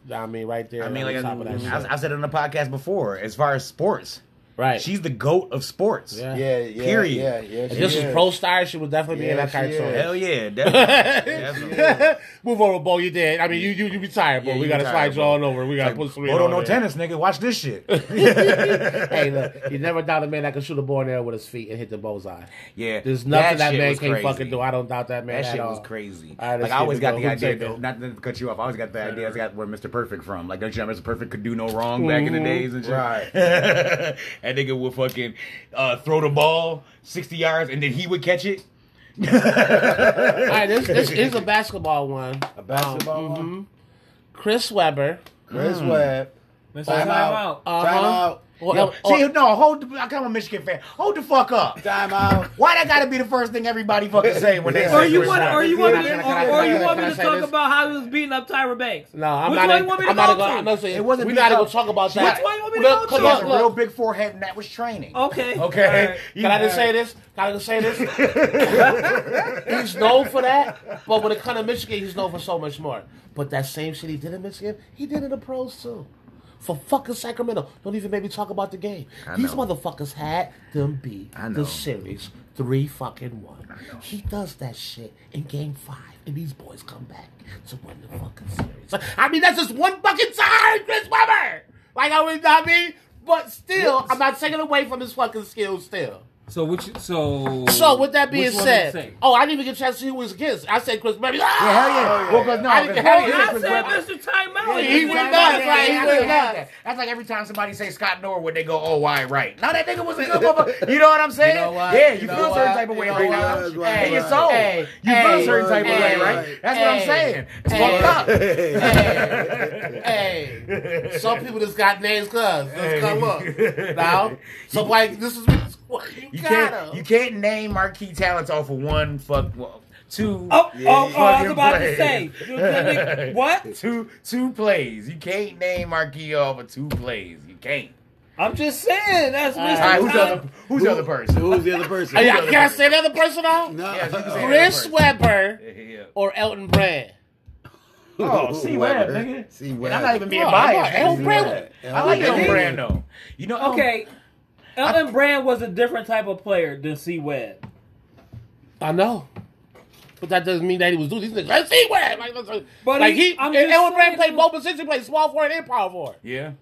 S2: The, I mean, right there.
S1: I mean,
S2: on
S1: like I,
S2: top of that, shit.
S1: I, I said it on the podcast before, as far as sports,
S2: right.
S1: she's the goat of sports.
S2: Yeah.
S4: Yeah, yeah,
S1: Period.
S4: yeah, yeah.
S2: if this
S4: she
S2: was pro star, she would definitely be
S4: Yeah,
S2: in that
S4: she
S2: kind of
S4: is.
S2: tournament.
S1: Hell yeah, definitely. definitely.
S2: Move over, Bo. You did. I mean, you you, you retired, Bo.
S1: Yeah,
S2: we
S1: you
S2: gotta
S1: retired,
S2: slide
S1: Bo.
S2: you on over. We gotta
S1: Like,
S2: put some.
S1: Hold on, no tennis, nigga. Watch this shit.
S2: Hey, look, you never doubt a man that can shoot a ball in there with his feet and hit the bullseye.
S1: Yeah,
S2: There's nothing that,
S1: shit
S2: man
S1: was
S2: can't
S1: crazy.
S2: fucking do. I don't doubt that man.
S1: That
S2: at
S1: shit
S2: all.
S1: was crazy.
S2: I
S1: like I always got the
S2: understand,
S1: idea,
S2: bro.
S1: though, not to cut you off. I always got the idea. I got where Mr. Perfect from. Like, don't you know Mr. Perfect could do no wrong back in the days and shit.
S4: Right.
S1: that nigga would fucking uh, throw the ball sixty yards and then he would catch it.
S2: All right, this this is a basketball one.
S4: A
S1: Oh,
S4: basketball one?
S2: mhm.
S1: mm-hmm.
S2: Chris Webber.
S4: Chris
S1: Mm.
S4: Webb.
S3: Mr.
S4: Time
S3: Time
S4: out.
S3: Out.
S2: Uh-huh.
S4: Time out.
S2: Well,
S1: No,
S2: oh,
S1: see, no, hold. The, I come a Michigan fan. Hold the fuck up.
S4: Time out.
S1: Why that gotta be the first thing everybody fucking say when they
S4: Or
S1: say
S3: Or you
S1: Chris
S3: want?
S1: Rock?
S3: Or you want? me-
S2: Can I-
S3: Or
S2: can I-
S3: or
S2: can
S3: you
S2: I-
S3: want
S2: can
S3: me
S2: I
S3: to
S2: say
S3: talk
S2: this?
S3: about how he was beating up Tyra Banks?
S2: no, I'm not.
S3: Which one
S2: even-
S3: you want me to
S2: I'm not
S3: go
S2: even gonna.
S3: to?
S2: I'm not saying.
S1: It wasn't
S2: We not even
S1: because-
S2: gonna talk about that.
S3: Which one you want me to
S2: Look,
S3: go
S1: He
S3: to? Oh.
S1: has a
S2: look,
S1: real
S2: look.
S1: big forehead, and that was training.
S3: Okay.
S1: Okay.
S3: All right.
S1: You-
S2: Can I just say this? Can I just say this? he's known for that, but when it comes to Michigan, he's known for so much more. But that same shit he did in Michigan, he did in the pros too. For fucking Sacramento. Don't even make me talk about the game.
S1: I
S2: These
S1: know.
S2: motherfuckers had them beat
S1: I know.
S2: the series three fucking one. He does that shit in game five, and these boys come back to win the fucking series. I mean, that's just one fucking time, Chris Webber! Like, I mean, I mean but still, I'm not taking away from his fucking skills still.
S3: So which? So.
S2: So with that being
S3: which one
S2: said,
S3: did you say?
S2: oh, I didn't even get a chance to see who was against. I said Chris Webber.
S1: Yeah, hell yeah.
S4: Oh, yeah.
S1: Well, 'cause no,
S2: I
S1: because-
S2: didn't get-
S1: yeah,
S2: hell yeah,
S1: because-
S3: I said Mr. Time Out.
S2: He
S3: Mr.
S2: went
S3: Time
S2: nuts,
S3: Out.
S2: right? He
S1: Yeah,
S2: went
S1: yeah, yeah.
S2: nuts.
S1: That's like every time somebody say Scott Norwood, they go, "Oh, why right?" Now that nigga was a good motherfucker. You know what I'm saying?
S2: know what?
S1: Yeah, you,
S2: You know
S1: feel a
S2: what?
S1: certain type of
S2: You
S1: way
S2: know
S1: right
S2: what?
S1: now.
S4: That's right,
S1: Hey, your
S4: right.
S1: soul.
S2: Hey,
S1: you feel
S2: hey,
S1: a certain type of way,
S2: hey,
S1: right? That's what I'm
S2: hey,
S1: saying. It's
S2: hey.
S1: fucked up.
S2: Ah! Hey, hey. Some people just got names cuz. Just come up. Now, so like this is you,
S1: You can't.
S2: gotta.
S1: You can't name marquee talents off of one fuck well, two.
S3: Oh, oh, oh, I
S1: fucking
S3: was about to
S1: plays.
S3: say. You tell me- What?
S1: Two two plays. You can't name marquee off of two plays. You can't.
S3: I'm just saying. That's
S1: All right,
S3: Mr.
S1: who's the other?
S3: Time.
S1: Who's the other person?
S4: Who's the other person?
S2: Oh, yeah, can I say the other person on?
S4: No. Oh,
S1: Yeah, you can say
S2: Chris
S1: that
S2: Webber
S1: Yeah, yeah.
S2: or Elton Brand?
S1: Oh, C Web, nigga.
S4: C
S1: And
S4: Webb.
S1: I'm not even being
S2: Oh,
S1: biased.
S2: come on, Elton Brand.
S1: I like
S4: Yeah.
S1: Elton Brand though. You know, oh.
S3: Okay. Ellen Brand was a different type of player than C Webb.
S2: I know. But that doesn't mean that he was doing these niggas. Let's see where. Like, let's-
S3: But
S2: like
S3: he-
S2: he,
S3: I'm
S2: and
S3: just
S2: Elton Brand
S3: saying,
S2: played
S3: dude.
S2: both positions. He played small forward and power forward.
S1: Yeah.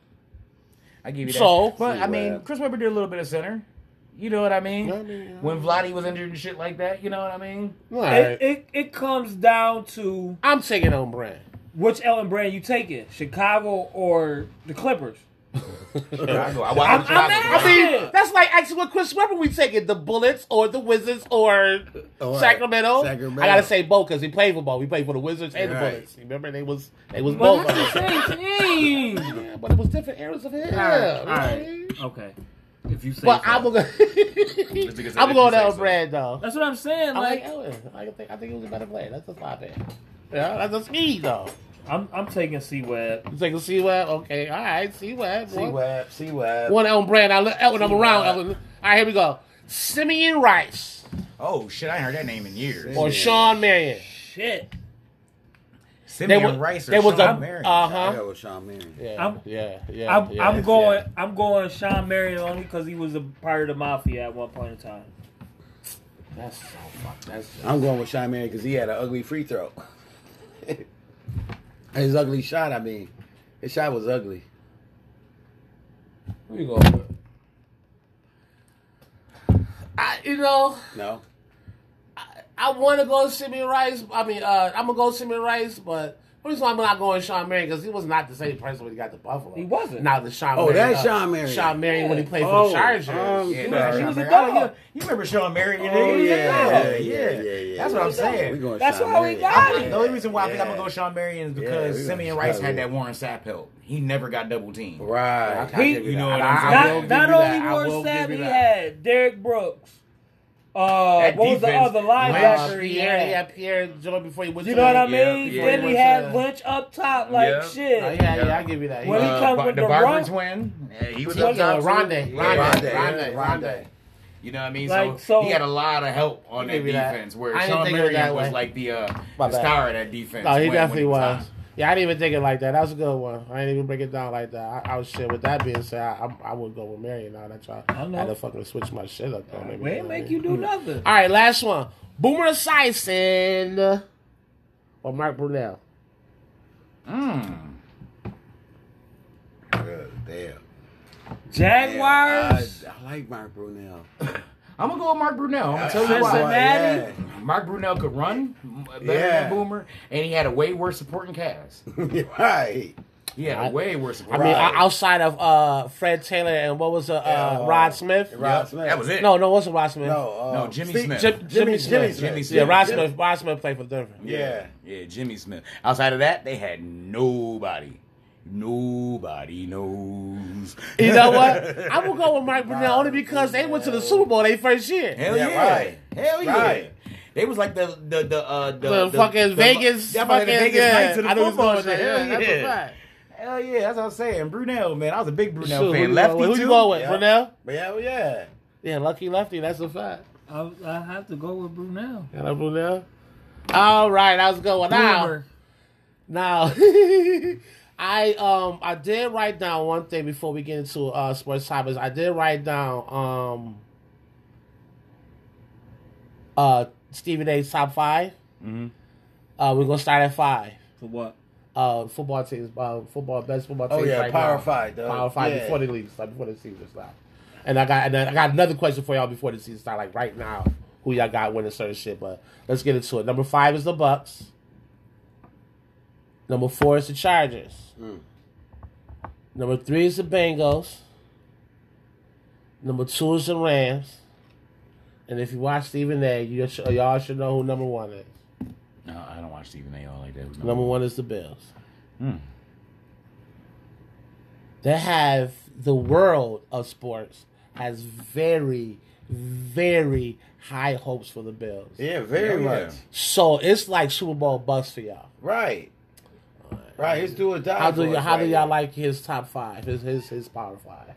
S1: I give you that.
S2: So-
S1: but I
S4: C
S1: mean,
S4: Webb.
S1: Chris Webber did a little bit of center. You know what I mean?
S2: I mean, yeah.
S1: When Vladdy was injured and shit like that, you know what I mean?
S2: All
S3: It, it it comes down to
S2: I'm taking on Brand.
S3: which Ellen Brand you taking, Chicago or the Clippers.
S1: Chicago. I
S3: I'm-
S1: watched
S3: I'm
S1: Chicago.
S3: mad.
S2: I mean, that's like asking what Chris Webber we taking the Bullets or the Wizards or
S4: Or
S2: Sacramento.
S4: Sacramento.
S2: I gotta say both because he played for both. We played for the Wizards and
S4: Right.
S2: the Bullets. Remember they was they was
S3: But
S2: both.
S3: that's the same team.
S2: Yeah, but it was different eras of him. Yeah,
S3: All right. Okay. If you say
S2: But
S3: so.
S2: I'm gonna
S1: nigga said
S2: I'm
S1: if
S2: going
S1: you say
S2: to El
S1: so.
S2: Brand though.
S3: That's what I'm saying.
S2: I like
S3: Like,
S2: Ellen. I think I think he was a better player. That's just my opinion. Yeah, that's just me though.
S3: I'm I'm taking C Web.
S2: You taking C Web? Okay, all right, C Web.
S4: C Web. C Web.
S2: One Elton Brand. I look Elton. I'm
S4: C-Web.
S2: around Elton. All right, here we go. Simeon Rice
S1: Oh shit, I ain't heard that name in years.
S2: or
S4: Yeah.
S2: Sean Marion.
S3: Shit.
S1: Simeon
S2: were-
S1: Rice or
S2: they was
S1: Sean
S2: a-
S1: Marion.
S2: uh,
S4: I got with Sean Marion.
S2: Yeah,
S3: I'm-
S2: yeah, yeah.
S3: I'm,
S2: yeah,
S3: I'm going.
S2: yeah.
S3: I'm going Sean Marion only because he was a part of the mafia at one point in time.
S2: That's so fucked. That's
S4: I'm going with Sean Marion because he had an ugly free throw. His ugly shot, I mean. His shot was ugly.
S2: who you going with? I, you know,
S4: No?
S2: I, I want to go Simeon Rice. I mean, uh, I'm gonna go Simeon Rice, but the reason why I'm not going Sean Marion because he was not the same person when he got to Buffalo.
S3: He wasn't.
S2: Now the Sean.
S4: Oh,
S2: Marion,
S4: that's
S2: uh,
S4: Sean Marion.
S2: Sean Marion when he
S3: Yeah.
S2: played for
S4: Oh,
S2: the Chargers.
S4: um,
S2: yeah,
S1: He
S4: he
S1: was, he was a
S2: Sean
S1: dog.
S2: Marion.
S1: You, you remember Sean Marion?
S4: Oh,
S1: He was a
S4: yeah.
S1: dog.
S4: Yeah, yeah, yeah.
S1: That's what I'm saying.
S4: gonna
S3: That's
S4: shine
S3: how he
S4: red.
S3: got
S1: The only reason why I think I'm
S4: Yeah.
S1: gonna go Sean Marion is
S4: Yeah, we
S1: because
S4: gonna
S1: Simeon
S4: just
S1: Rice
S4: gotta
S1: had
S4: go.
S1: that Warren Sapp help. He never got double teamed.
S4: Right.
S2: I give
S1: You
S2: that.
S1: know what
S2: I-
S1: I'm
S2: I
S1: saying?
S2: will
S3: Not,
S2: give
S3: not
S2: you that.
S3: only
S2: I will
S3: Warren
S2: give
S3: Sapp,
S2: you
S3: he
S2: that.
S3: had Derek Brooks. Uh,
S1: That
S3: what was the
S1: defense,
S3: other
S1: Lynch.
S2: Uh,
S3: linebacker? he
S2: Pierre, yeah,
S3: had?
S2: Pierre joined before he went.
S3: You
S2: to
S3: know what I
S2: the-
S1: Yeah,
S3: mean?
S1: yeah.
S3: Then he
S2: Yeah.
S3: had Lynch up top like
S1: Yeah.
S3: shit.
S2: Oh, yeah, yeah,
S1: Yeah.
S2: I give you that.
S3: When he
S2: Yeah.
S3: come
S1: Bar-
S3: with
S1: the
S3: the
S1: Barber
S3: rock-
S1: twin, yeah, he was
S3: Yeah,
S1: up top.
S2: uh,
S1: too.
S2: Rondé,
S1: Yeah,
S2: Rondé,
S1: Rondé,
S2: Rondé, Rondé.
S1: You know what I mean?
S3: Like,
S1: so,
S3: so-
S1: he had a lot of help on that
S2: Give me that.
S1: defense. Where
S2: I didn't
S1: Sean
S2: think of it
S1: Marion
S2: that
S1: was
S2: way.
S1: like the uh,
S2: My
S1: the
S2: bad.
S1: star of that defense.
S2: No, he
S1: when- when
S2: definitely was.
S1: hot.
S2: Yeah, I didn't even think it like that. That was a good one. I didn't even break it down like that. I, I was shit. With that being said, I, I, I would go with Marion now. That's why I,
S3: I know.
S2: had to fucking switch my shit up. Though, maybe,
S3: We ain't
S2: know
S3: make
S2: what I
S3: you
S2: mean?
S3: do nothing.
S2: All right, last one. Boomer Esiason or Mark Brunell.
S1: Mm.
S4: Good, damn.
S3: Jaguars.
S4: Yeah, I, I like Mark Brunell.
S1: I'm gonna go with Mark Brunell. I'm gonna tell you
S3: Cincinnati.
S1: why.
S4: Yeah.
S1: Mark Brunell could run m- better
S4: Yeah.
S1: than Boomer, and he had a way worse supporting cast.
S4: right.
S1: He had
S2: I-
S1: a way worse
S2: I
S1: supporting
S2: mean,
S4: Right.
S2: o- outside of uh, Fred Taylor and what was the, uh,
S4: Yeah, uh,
S2: Rod Smith?
S4: Rod Smith.
S1: That was it.
S2: No, no, it wasn't Rod Smith.
S4: No, uh,
S1: No, Jimmy
S4: Steve-
S1: Smith.
S2: Jim- Jimmy,
S4: Jimmy,
S2: Smith.
S1: Jimmy
S2: Yeah,
S1: Smith.
S2: Rod Smith. Rod Smith played for Denver.
S1: Yeah. Yeah, Jimmy Smith. Outside of that, they had nobody. Nobody knows.
S2: You know what? I will go with Mike Brunell only because they went to the Super Bowl their first year.
S1: Hell yeah.
S4: Yeah, right.
S1: Hell yeah.
S4: Right.
S1: They was like the the the uh the,
S2: The fucking Vegas,
S1: yeah, fucking
S2: fucking-
S1: Vegas
S2: yeah.
S1: nights of the
S2: I knew he was
S1: football
S2: going
S1: shit.
S2: there.
S1: Hell
S2: Yeah, that's a
S1: yeah.
S2: fact.
S1: Hell yeah, that's what I'm saying. Brunel, man. I was a big Brunel
S2: Shoot, who
S1: fan.
S2: you
S1: Lefty
S2: going with? Who
S1: too.
S2: you going with?
S4: Yeah.
S2: Brunell?
S4: But yeah, well, yeah.
S2: Yeah, lucky lefty. That's a fact.
S3: I, I have to go with Brunel.
S2: You know Brunell. All right, I was going now.
S3: Boomer.
S2: Now, I um I did write down one thing before we get into uh sports topics. I did write down um uh Stephen A's top five.
S1: Mhm.
S2: Uh, we're gonna start at five.
S3: For what?
S2: uh, football teams, uh, football best football
S4: Oh,
S2: teams.
S4: yeah,
S2: right
S4: Power
S2: now.
S4: Five, dog.
S2: Power five
S4: Yeah.
S2: before the league start, before the season start. And I got, and I got another question for y'all before the season start, like right now, who y'all got winning certain shit. But let's get into it. Number five is the Bucks. Number four is the Chargers.
S4: Mm.
S2: Number three is the Bengals. Number two is the Rams. And if you watch Stephen A, you sh- y'all should know who number one is.
S1: No, I don't watch Stephen A. all like that. No.
S2: Number one is the Bills.
S1: Hmm.
S2: They have the world of sports has very, very high hopes for the Bills.
S4: Yeah, very
S1: Yeah, yeah.
S4: much.
S2: So it's like Super Bowl bust for y'all.
S4: Right. Right. It's do or die.
S2: How do
S4: for
S2: y'all,
S4: us
S2: how
S4: right
S2: do y'all
S4: here.
S2: like his top five? His his his power five.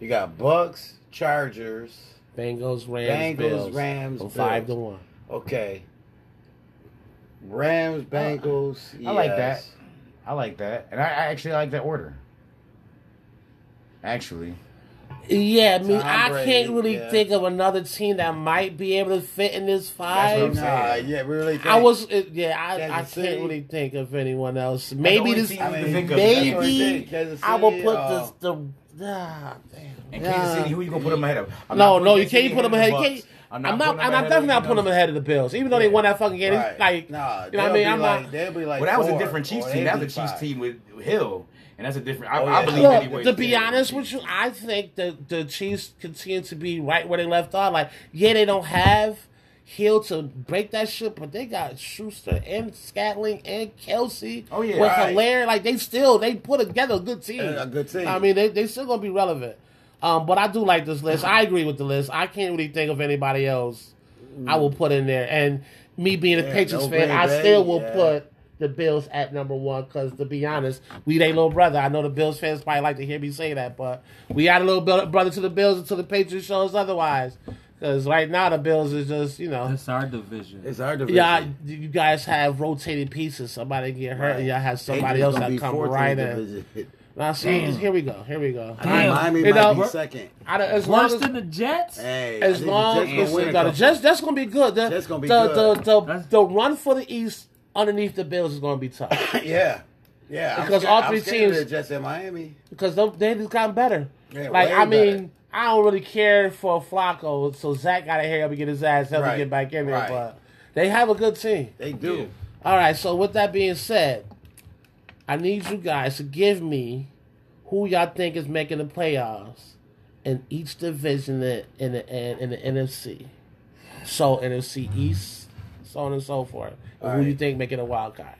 S4: You got Bucks, Chargers.
S2: Bengals, Rams,
S4: Bengals,
S2: Bills,
S4: Rams,
S2: from five to
S4: Bills.
S2: one.
S4: Okay. Rams, Bengals.
S1: I like
S4: yes.
S1: I like that. And I, I actually like that order. Actually.
S2: Yeah, I mean,
S4: Tom
S2: I
S4: Brady,
S2: can't really
S4: yeah.
S2: think of another team that might be able to fit in this
S1: what I'm
S2: five.
S1: saying.
S4: Nah, yeah, we really.
S2: I
S4: think-
S2: was, it- yeah, I, I
S4: Kansas
S2: can't
S4: City.
S2: really think of anyone else. Maybe
S1: only
S2: this,
S1: team I can
S4: mean,
S1: think of.
S4: that's what we
S2: maybe
S4: did. Kansas
S2: I will
S4: City,
S2: put
S4: uh,
S2: this the ah, damn.
S1: And Kansas
S2: Yeah.
S1: City, who you gonna put them ahead of? I'm
S2: No,
S1: not
S2: no, you
S1: putting
S2: can't put them ahead.
S1: of the
S2: Can't,
S1: Bucks.
S2: I'm not, I'm, not,
S1: putting them ahead
S2: definitely not
S1: of
S2: putting them ahead of the Bills, even though they won that fucking game.
S4: Right.
S2: It's like,
S4: Nah,
S2: you know what I
S4: they'll
S2: mean?
S4: be
S2: I'm
S4: like,
S2: not.
S4: They'll be like
S1: Well, that was a
S4: four,
S1: different Chiefs
S4: or
S1: team. That was a
S4: they'll be
S1: Chiefs
S4: five.
S1: team with Hill, and that's a different. I,
S4: Oh,
S1: I
S4: yeah.
S1: believe
S2: Look,
S1: anyway.
S2: to be honest with you, I think the the Chiefs continue to be right where they left off. Like, yeah, they don't have Hill to break that shit, but they got Schuster and Scatling and Kelsey.
S1: Oh, yeah,
S2: with
S4: right.
S2: Hilaire, like they still they put together a good team.
S4: A good team.
S2: I mean, they they still gonna be relevant. Um, but I do like this list. I agree with the list. I can't really think of anybody else I will put in there. And me being a
S4: Mm. Yeah,
S2: Patriots
S4: no
S2: fan,
S4: Green
S2: I
S4: Bay,
S2: still will
S4: yeah.
S2: put the Bills at number one because to be honest, we they little brother. I know the Bills fans probably like to hear me say that, but we got a little bel- brother to the Bills until the Patriots shows otherwise. Because right now the Bills is just you know.
S3: That's our division.
S4: It's our division.
S2: Yeah, you guys have rotating pieces. Somebody get hurt, and y'all have somebody
S4: Patriots
S2: else
S4: gonna
S2: that
S4: be
S2: come
S4: fourth in
S2: right
S4: the
S2: in.
S4: division.
S2: Now, see, here we go. Here we go.
S3: Damn.
S4: Miami
S2: You
S4: might
S2: know,
S4: be
S2: we're-
S4: second.
S2: I don't- as long
S3: Worse
S2: as
S3: than the Jets?
S4: Hey,
S2: as long as we got a Jets, that's gonna be good. The,
S4: Jets gonna be
S2: the,
S4: good.
S2: The, the,
S3: That's-
S2: the run for the East underneath the Bills is gonna be tough
S4: yeah, yeah. I'm
S2: Because
S4: scared-
S2: all
S4: I'm
S2: three
S4: scared of
S2: teams-
S4: the Jets in Miami.
S2: because they they just gotten better.
S4: Yeah,
S2: like
S4: way
S2: I mean, I don't really care for Flacco, so Zach got to hurry up and get his ass help
S4: Right.
S2: and get back in there.
S4: Right.
S2: But they have a good team.
S4: They do.
S2: All right. So with that being said, I need you guys to give me who y'all think is making the playoffs in each division in in the in, in the NFC. So NFC East, so on and so forth. And
S4: All
S2: who you
S4: right.
S2: think making a wild card?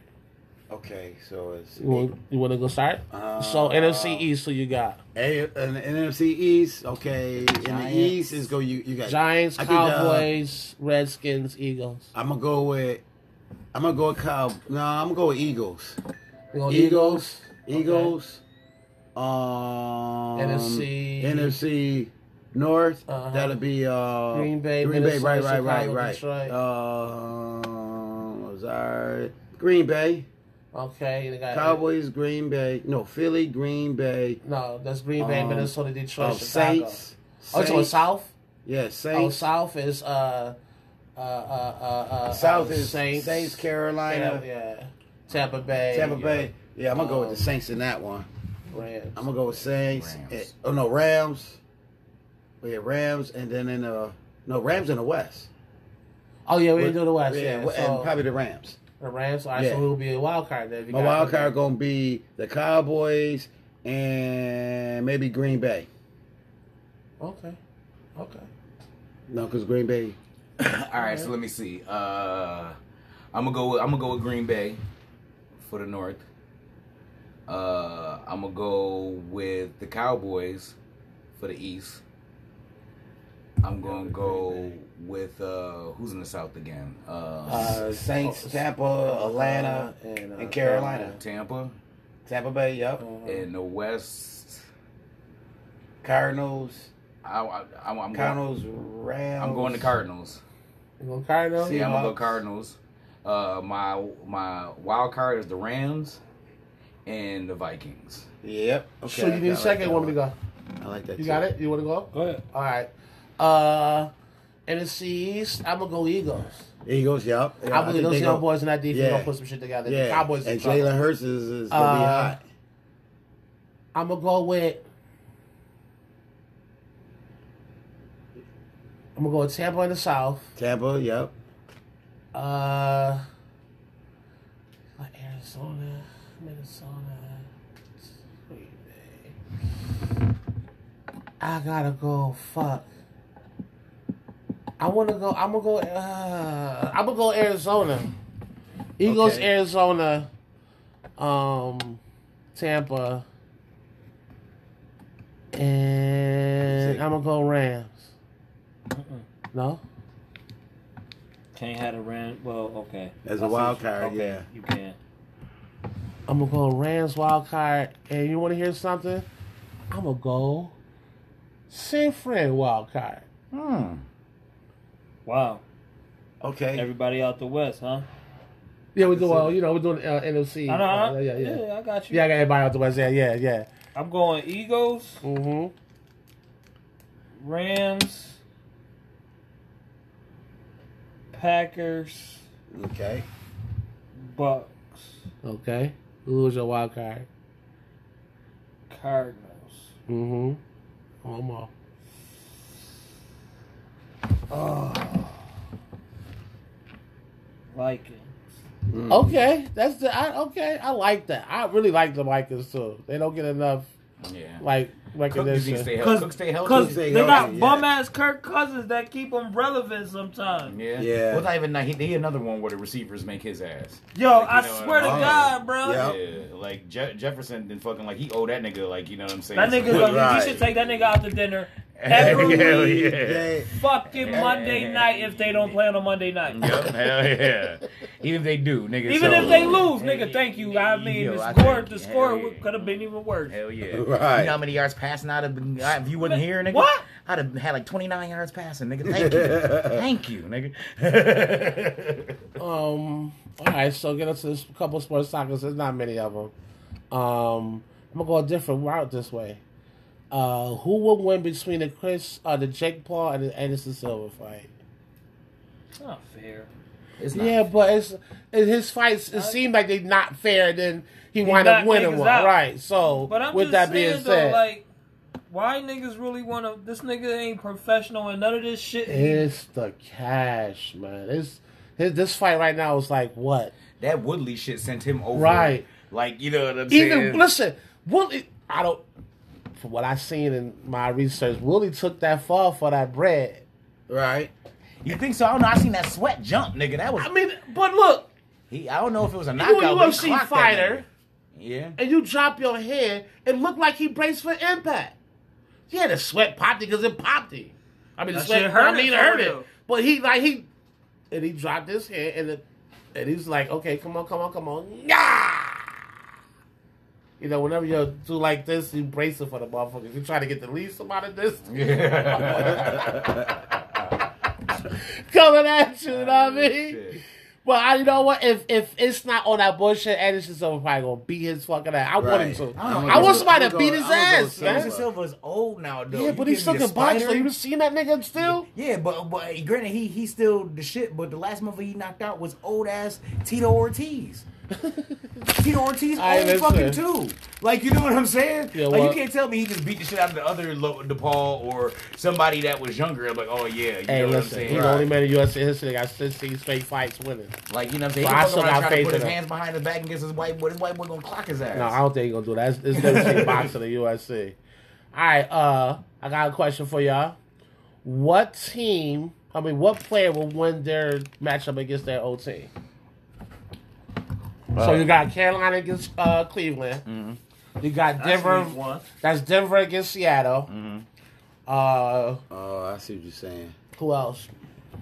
S4: Okay, so it's
S2: You want, you want to go start?
S4: Uh,
S2: so NFC East, who you got?
S4: A, an NFC East. Okay, in the
S2: Giants.
S4: East is go. You you got
S2: Giants,
S4: I think, uh,
S2: Cowboys, Redskins, Eagles.
S4: I'm gonna go with. I'm gonna go with Cow. No, I'm gonna go with Eagles.
S2: You going
S4: Eagles.
S2: Oh, Okay.
S4: Eagles. Um,
S2: NFC.
S4: NFC North.
S2: Uh-huh.
S4: That'll be uh,
S2: Green Bay,
S4: Green Bay. Right,
S2: Minnesota,
S4: right, right,
S2: Chicago,
S4: right.
S2: Detroit.
S4: Um, what was our Green Bay
S2: Okay, you got
S4: Cowboys? Green Bay. No, Philly. Green Bay.
S2: No, that's Green Bay,
S4: Um,
S2: Minnesota, Detroit,
S4: Oh,
S2: Chicago.
S4: Saints.
S2: Oh, so it's
S4: Saints.
S2: South.
S4: Yeah,
S2: Oh,
S4: Saints.
S2: South is uh, uh, uh, uh, uh
S4: South
S2: uh,
S4: is Saints, Carolina,
S2: Tampa, yeah, Tampa Bay,
S4: Tampa Bay. Yeah, I'm gonna go with
S2: Um,
S4: the Saints in that one.
S2: Rams.
S4: I'm gonna go with Saints.
S1: Rams.
S4: Eh, oh no, Rams. We had Rams, and then in the no Rams in the West.
S2: Oh yeah, we didn't do the West.
S4: Yeah,
S2: Yeah,
S4: we- and
S2: so
S4: probably the Rams.
S2: the Rams. All right,
S4: yeah.
S2: so we'll be a wild card then. if you
S4: My
S2: got
S4: wild
S2: them.
S4: card gonna be the Cowboys and maybe Green Bay.
S2: Okay, okay.
S4: No, because Green Bay.
S1: All right, so let me see. Uh, I'm gonna go. With, I'm gonna go with Green Bay for the North. Uh, I'm gonna go with the Cowboys for the East. I'm gonna go with uh, who's in the South again? Uh,
S4: Uh, Saints, Tampa, Atlanta,
S2: and, uh,
S4: and Carolina.
S1: Tampa
S4: Tampa Bay. Yep.
S2: Carolina.
S1: and the West.
S4: Cardinals.
S1: I, I, I, am going,
S4: Cardinals. Rams.
S1: I'm going to Cardinals.
S2: You going Cardinals?
S1: Yeah, I'm gonna go
S4: Seahawks.
S1: Cardinals. Uh, my my wild card is the Rams and the Vikings.
S4: Yep.
S2: so you need a second
S4: that
S2: one to go.
S4: I like that.
S2: You
S4: too.
S2: got it? You want to go?
S3: Go ahead.
S2: All right. Uh, NFC East, I'm going to go Eagles.
S4: Eagles. Yep. Yeah,
S2: I believe
S4: think
S2: those
S4: they
S2: young
S4: go-
S2: boys in that defense
S4: Yeah.
S2: going to put some shit together.
S4: Yeah.
S2: The Cowboys
S4: and Jalen Hurts is, is gonna be
S2: Uh,
S4: hot.
S2: I'm going to go with. I'm going to go with Tampa in the South.
S4: Tampa. Yep.
S2: Uh, like Arizona, Minnesota, Green Bay. I gotta go. Fuck. I wanna go. I'm gonna go. Uh, I'm gonna go Arizona. Eagles,
S4: Okay.
S2: Arizona, um, Tampa, and I'm gonna go Rams. No.
S3: Can't have the Rams. Well, okay.
S4: As
S3: I
S4: a
S3: see
S4: wild
S3: what you-
S4: card,
S3: okay,
S4: yeah.
S3: You can.
S2: I'm gonna go Rams wild card, and you want to hear something? I'm gonna go San Fran wild card.
S4: Hmm.
S3: Wow.
S4: Okay.
S3: Everybody out the West, huh?
S2: Yeah, we do. Well, you know, we're doing uh, NFC.
S3: I know,
S2: Uh,
S3: huh?
S2: yeah, yeah, yeah.
S3: I got you.
S2: Yeah, I got everybody out the West. Yeah, yeah, yeah.
S3: I'm going Eagles,
S2: Mm-hmm.
S3: Rams, Packers,
S4: Okay.
S3: Bucks,
S2: Okay. Who's your wild card?
S3: Cardinals.
S2: Mm-hmm. One more.
S3: Oh. Vikings.
S4: Mm.
S2: Okay, that's the. I, okay, I like that. I really like the Vikings too. They don't get enough
S1: Yeah.
S2: like
S1: Cook needs to
S2: recognition.
S1: stay healthy.
S3: Cause-
S1: Cook stay healthy.
S3: Cause
S4: Tuesday,
S3: they got
S4: okay, yeah.
S3: bum ass Kirk Cousins that keep them relevant sometimes.
S1: Yeah.
S4: Yeah.
S1: Well, not even that. He, they another one where the receivers make his ass.
S3: Yo,
S1: Like, you
S3: I
S1: know what
S3: swear to
S1: I mean?
S3: God, bro.
S4: Yeah.
S1: Yeah. Like Je- Jefferson didn't fucking like he owe that nigga like you know what I'm saying.
S3: That nigga,
S1: So-
S4: Right.
S3: you should take that nigga out to dinner
S1: Hell
S3: every
S1: yeah.
S4: They-
S3: fucking Monday night if they don't play on a Monday night.
S1: Yup, hell yeah. Even if they do, nigga.
S3: Even
S1: so-
S3: if they lose, nigga, thank you. I mean,
S1: Yo,
S3: the
S1: I
S3: score,
S1: thank
S3: the
S1: you.
S3: score
S1: Hell yeah.
S3: could have been even worse.
S1: Hell yeah.
S4: Right.
S1: You know how many yards passing I'd have been, I, if you wasn't here, nigga?
S3: What?
S1: I'd have had like 29 yards passing, nigga. Thank you. Thank you, nigga.
S2: Um. All right, so get us to this couple of sports topics. There's not many of them. Um, I'm gonna go a different route this way. Uh, who would win between the Chris, uh, the Jake Paul and the Anderson Silva fight?
S3: It's not fair.
S1: it's
S2: Yeah, but it's in his fights. It seemed like they not fair. Then he wound
S3: knocked
S2: up winning
S3: niggas
S2: one,
S3: out.
S2: right? So,
S3: But I'm
S2: with
S3: just
S2: that
S3: saying,
S2: being
S3: though,
S2: said,
S3: like, why niggas really want to? This nigga ain't professional and none of this shit.
S2: It's the cash, man. It's his, this fight right now is like what?
S1: That Woodley shit sent him over.
S2: Right.
S1: Like you know what I'm
S2: Even
S1: saying.
S2: listen, Willie. I don't. From what I seen in my research, Willie took that fall for that bread.
S1: right. You think so? I don't know. I seen that sweat jump, nigga. That was.
S2: I mean, but look,
S1: he, I don't know if it was a knockout.
S2: you a
S1: but he
S2: UFC
S1: clocked that
S2: fighter,
S1: nigga. Yeah.
S2: and you drop your head, it looked like he braced for impact. Yeah, the sweat popped because it popped him. I mean, the
S3: That
S2: sweat
S3: shit
S2: hurt. I
S3: hurt
S2: mean,
S3: it
S2: it
S3: for
S2: hurt it.
S3: real.
S2: But he like he, and he dropped his head, and it, and he's like, okay, come on, come on, come on, yeah. You know, whenever you do like this, you brace it for the motherfuckers. You try to get the least amount of this coming at you. You know what I mean?
S1: Oh, Shit.
S2: But I, you know what? If if it's not on that bullshit, Anderson Silva probably gonna beat his fucking ass. I want him
S4: Right.
S2: to.
S1: I
S2: I,
S1: don't know.
S2: want somebody
S4: I'm
S2: to
S4: gonna
S2: beat
S4: go-
S2: his
S4: I'm gonna go
S2: ass,
S4: Silva.
S2: man.
S1: Anderson Silva's old now, though.
S2: Yeah,
S1: You
S2: but he's
S1: give me a
S2: fucking boxer.
S1: spider?
S2: You seen that nigga still?
S1: Yeah, but but granted, he he's still the shit. But the last motherfucker he knocked out was old ass Tito Ortiz. Tito Ortiz
S2: All right,
S1: old fucking
S2: listen.
S1: too. Like you know what I'm saying?
S2: Yeah,
S1: like
S2: well-
S1: you can't tell me he just beat the shit out of the other Lo- DePaul or somebody that was younger. I'm like, oh yeah, you
S2: Hey,
S1: know
S2: listen,
S1: what I'm
S2: he's
S1: saying?
S2: the only man in UFC history that got 16 straight fights winning.
S1: Like you know what I'm saying?
S2: Well, I
S1: He
S2: still
S1: fucking around
S2: got
S1: trying to
S2: faith
S1: put
S2: in
S1: his
S2: him.
S1: hands behind his back against his white boy. His white boy gonna clock his ass.
S2: No, I don't think he's gonna do that. It's, it's never seen boxing in USC. All right, uh, I got a question for y'all. What team? I mean, what player will win their matchup against their old team? so you got Carolina against uh, Cleveland. You got Denver.
S3: That's week one.
S2: That's Denver against Seattle. Uh,
S4: Oh, I see what you're saying.
S2: who else?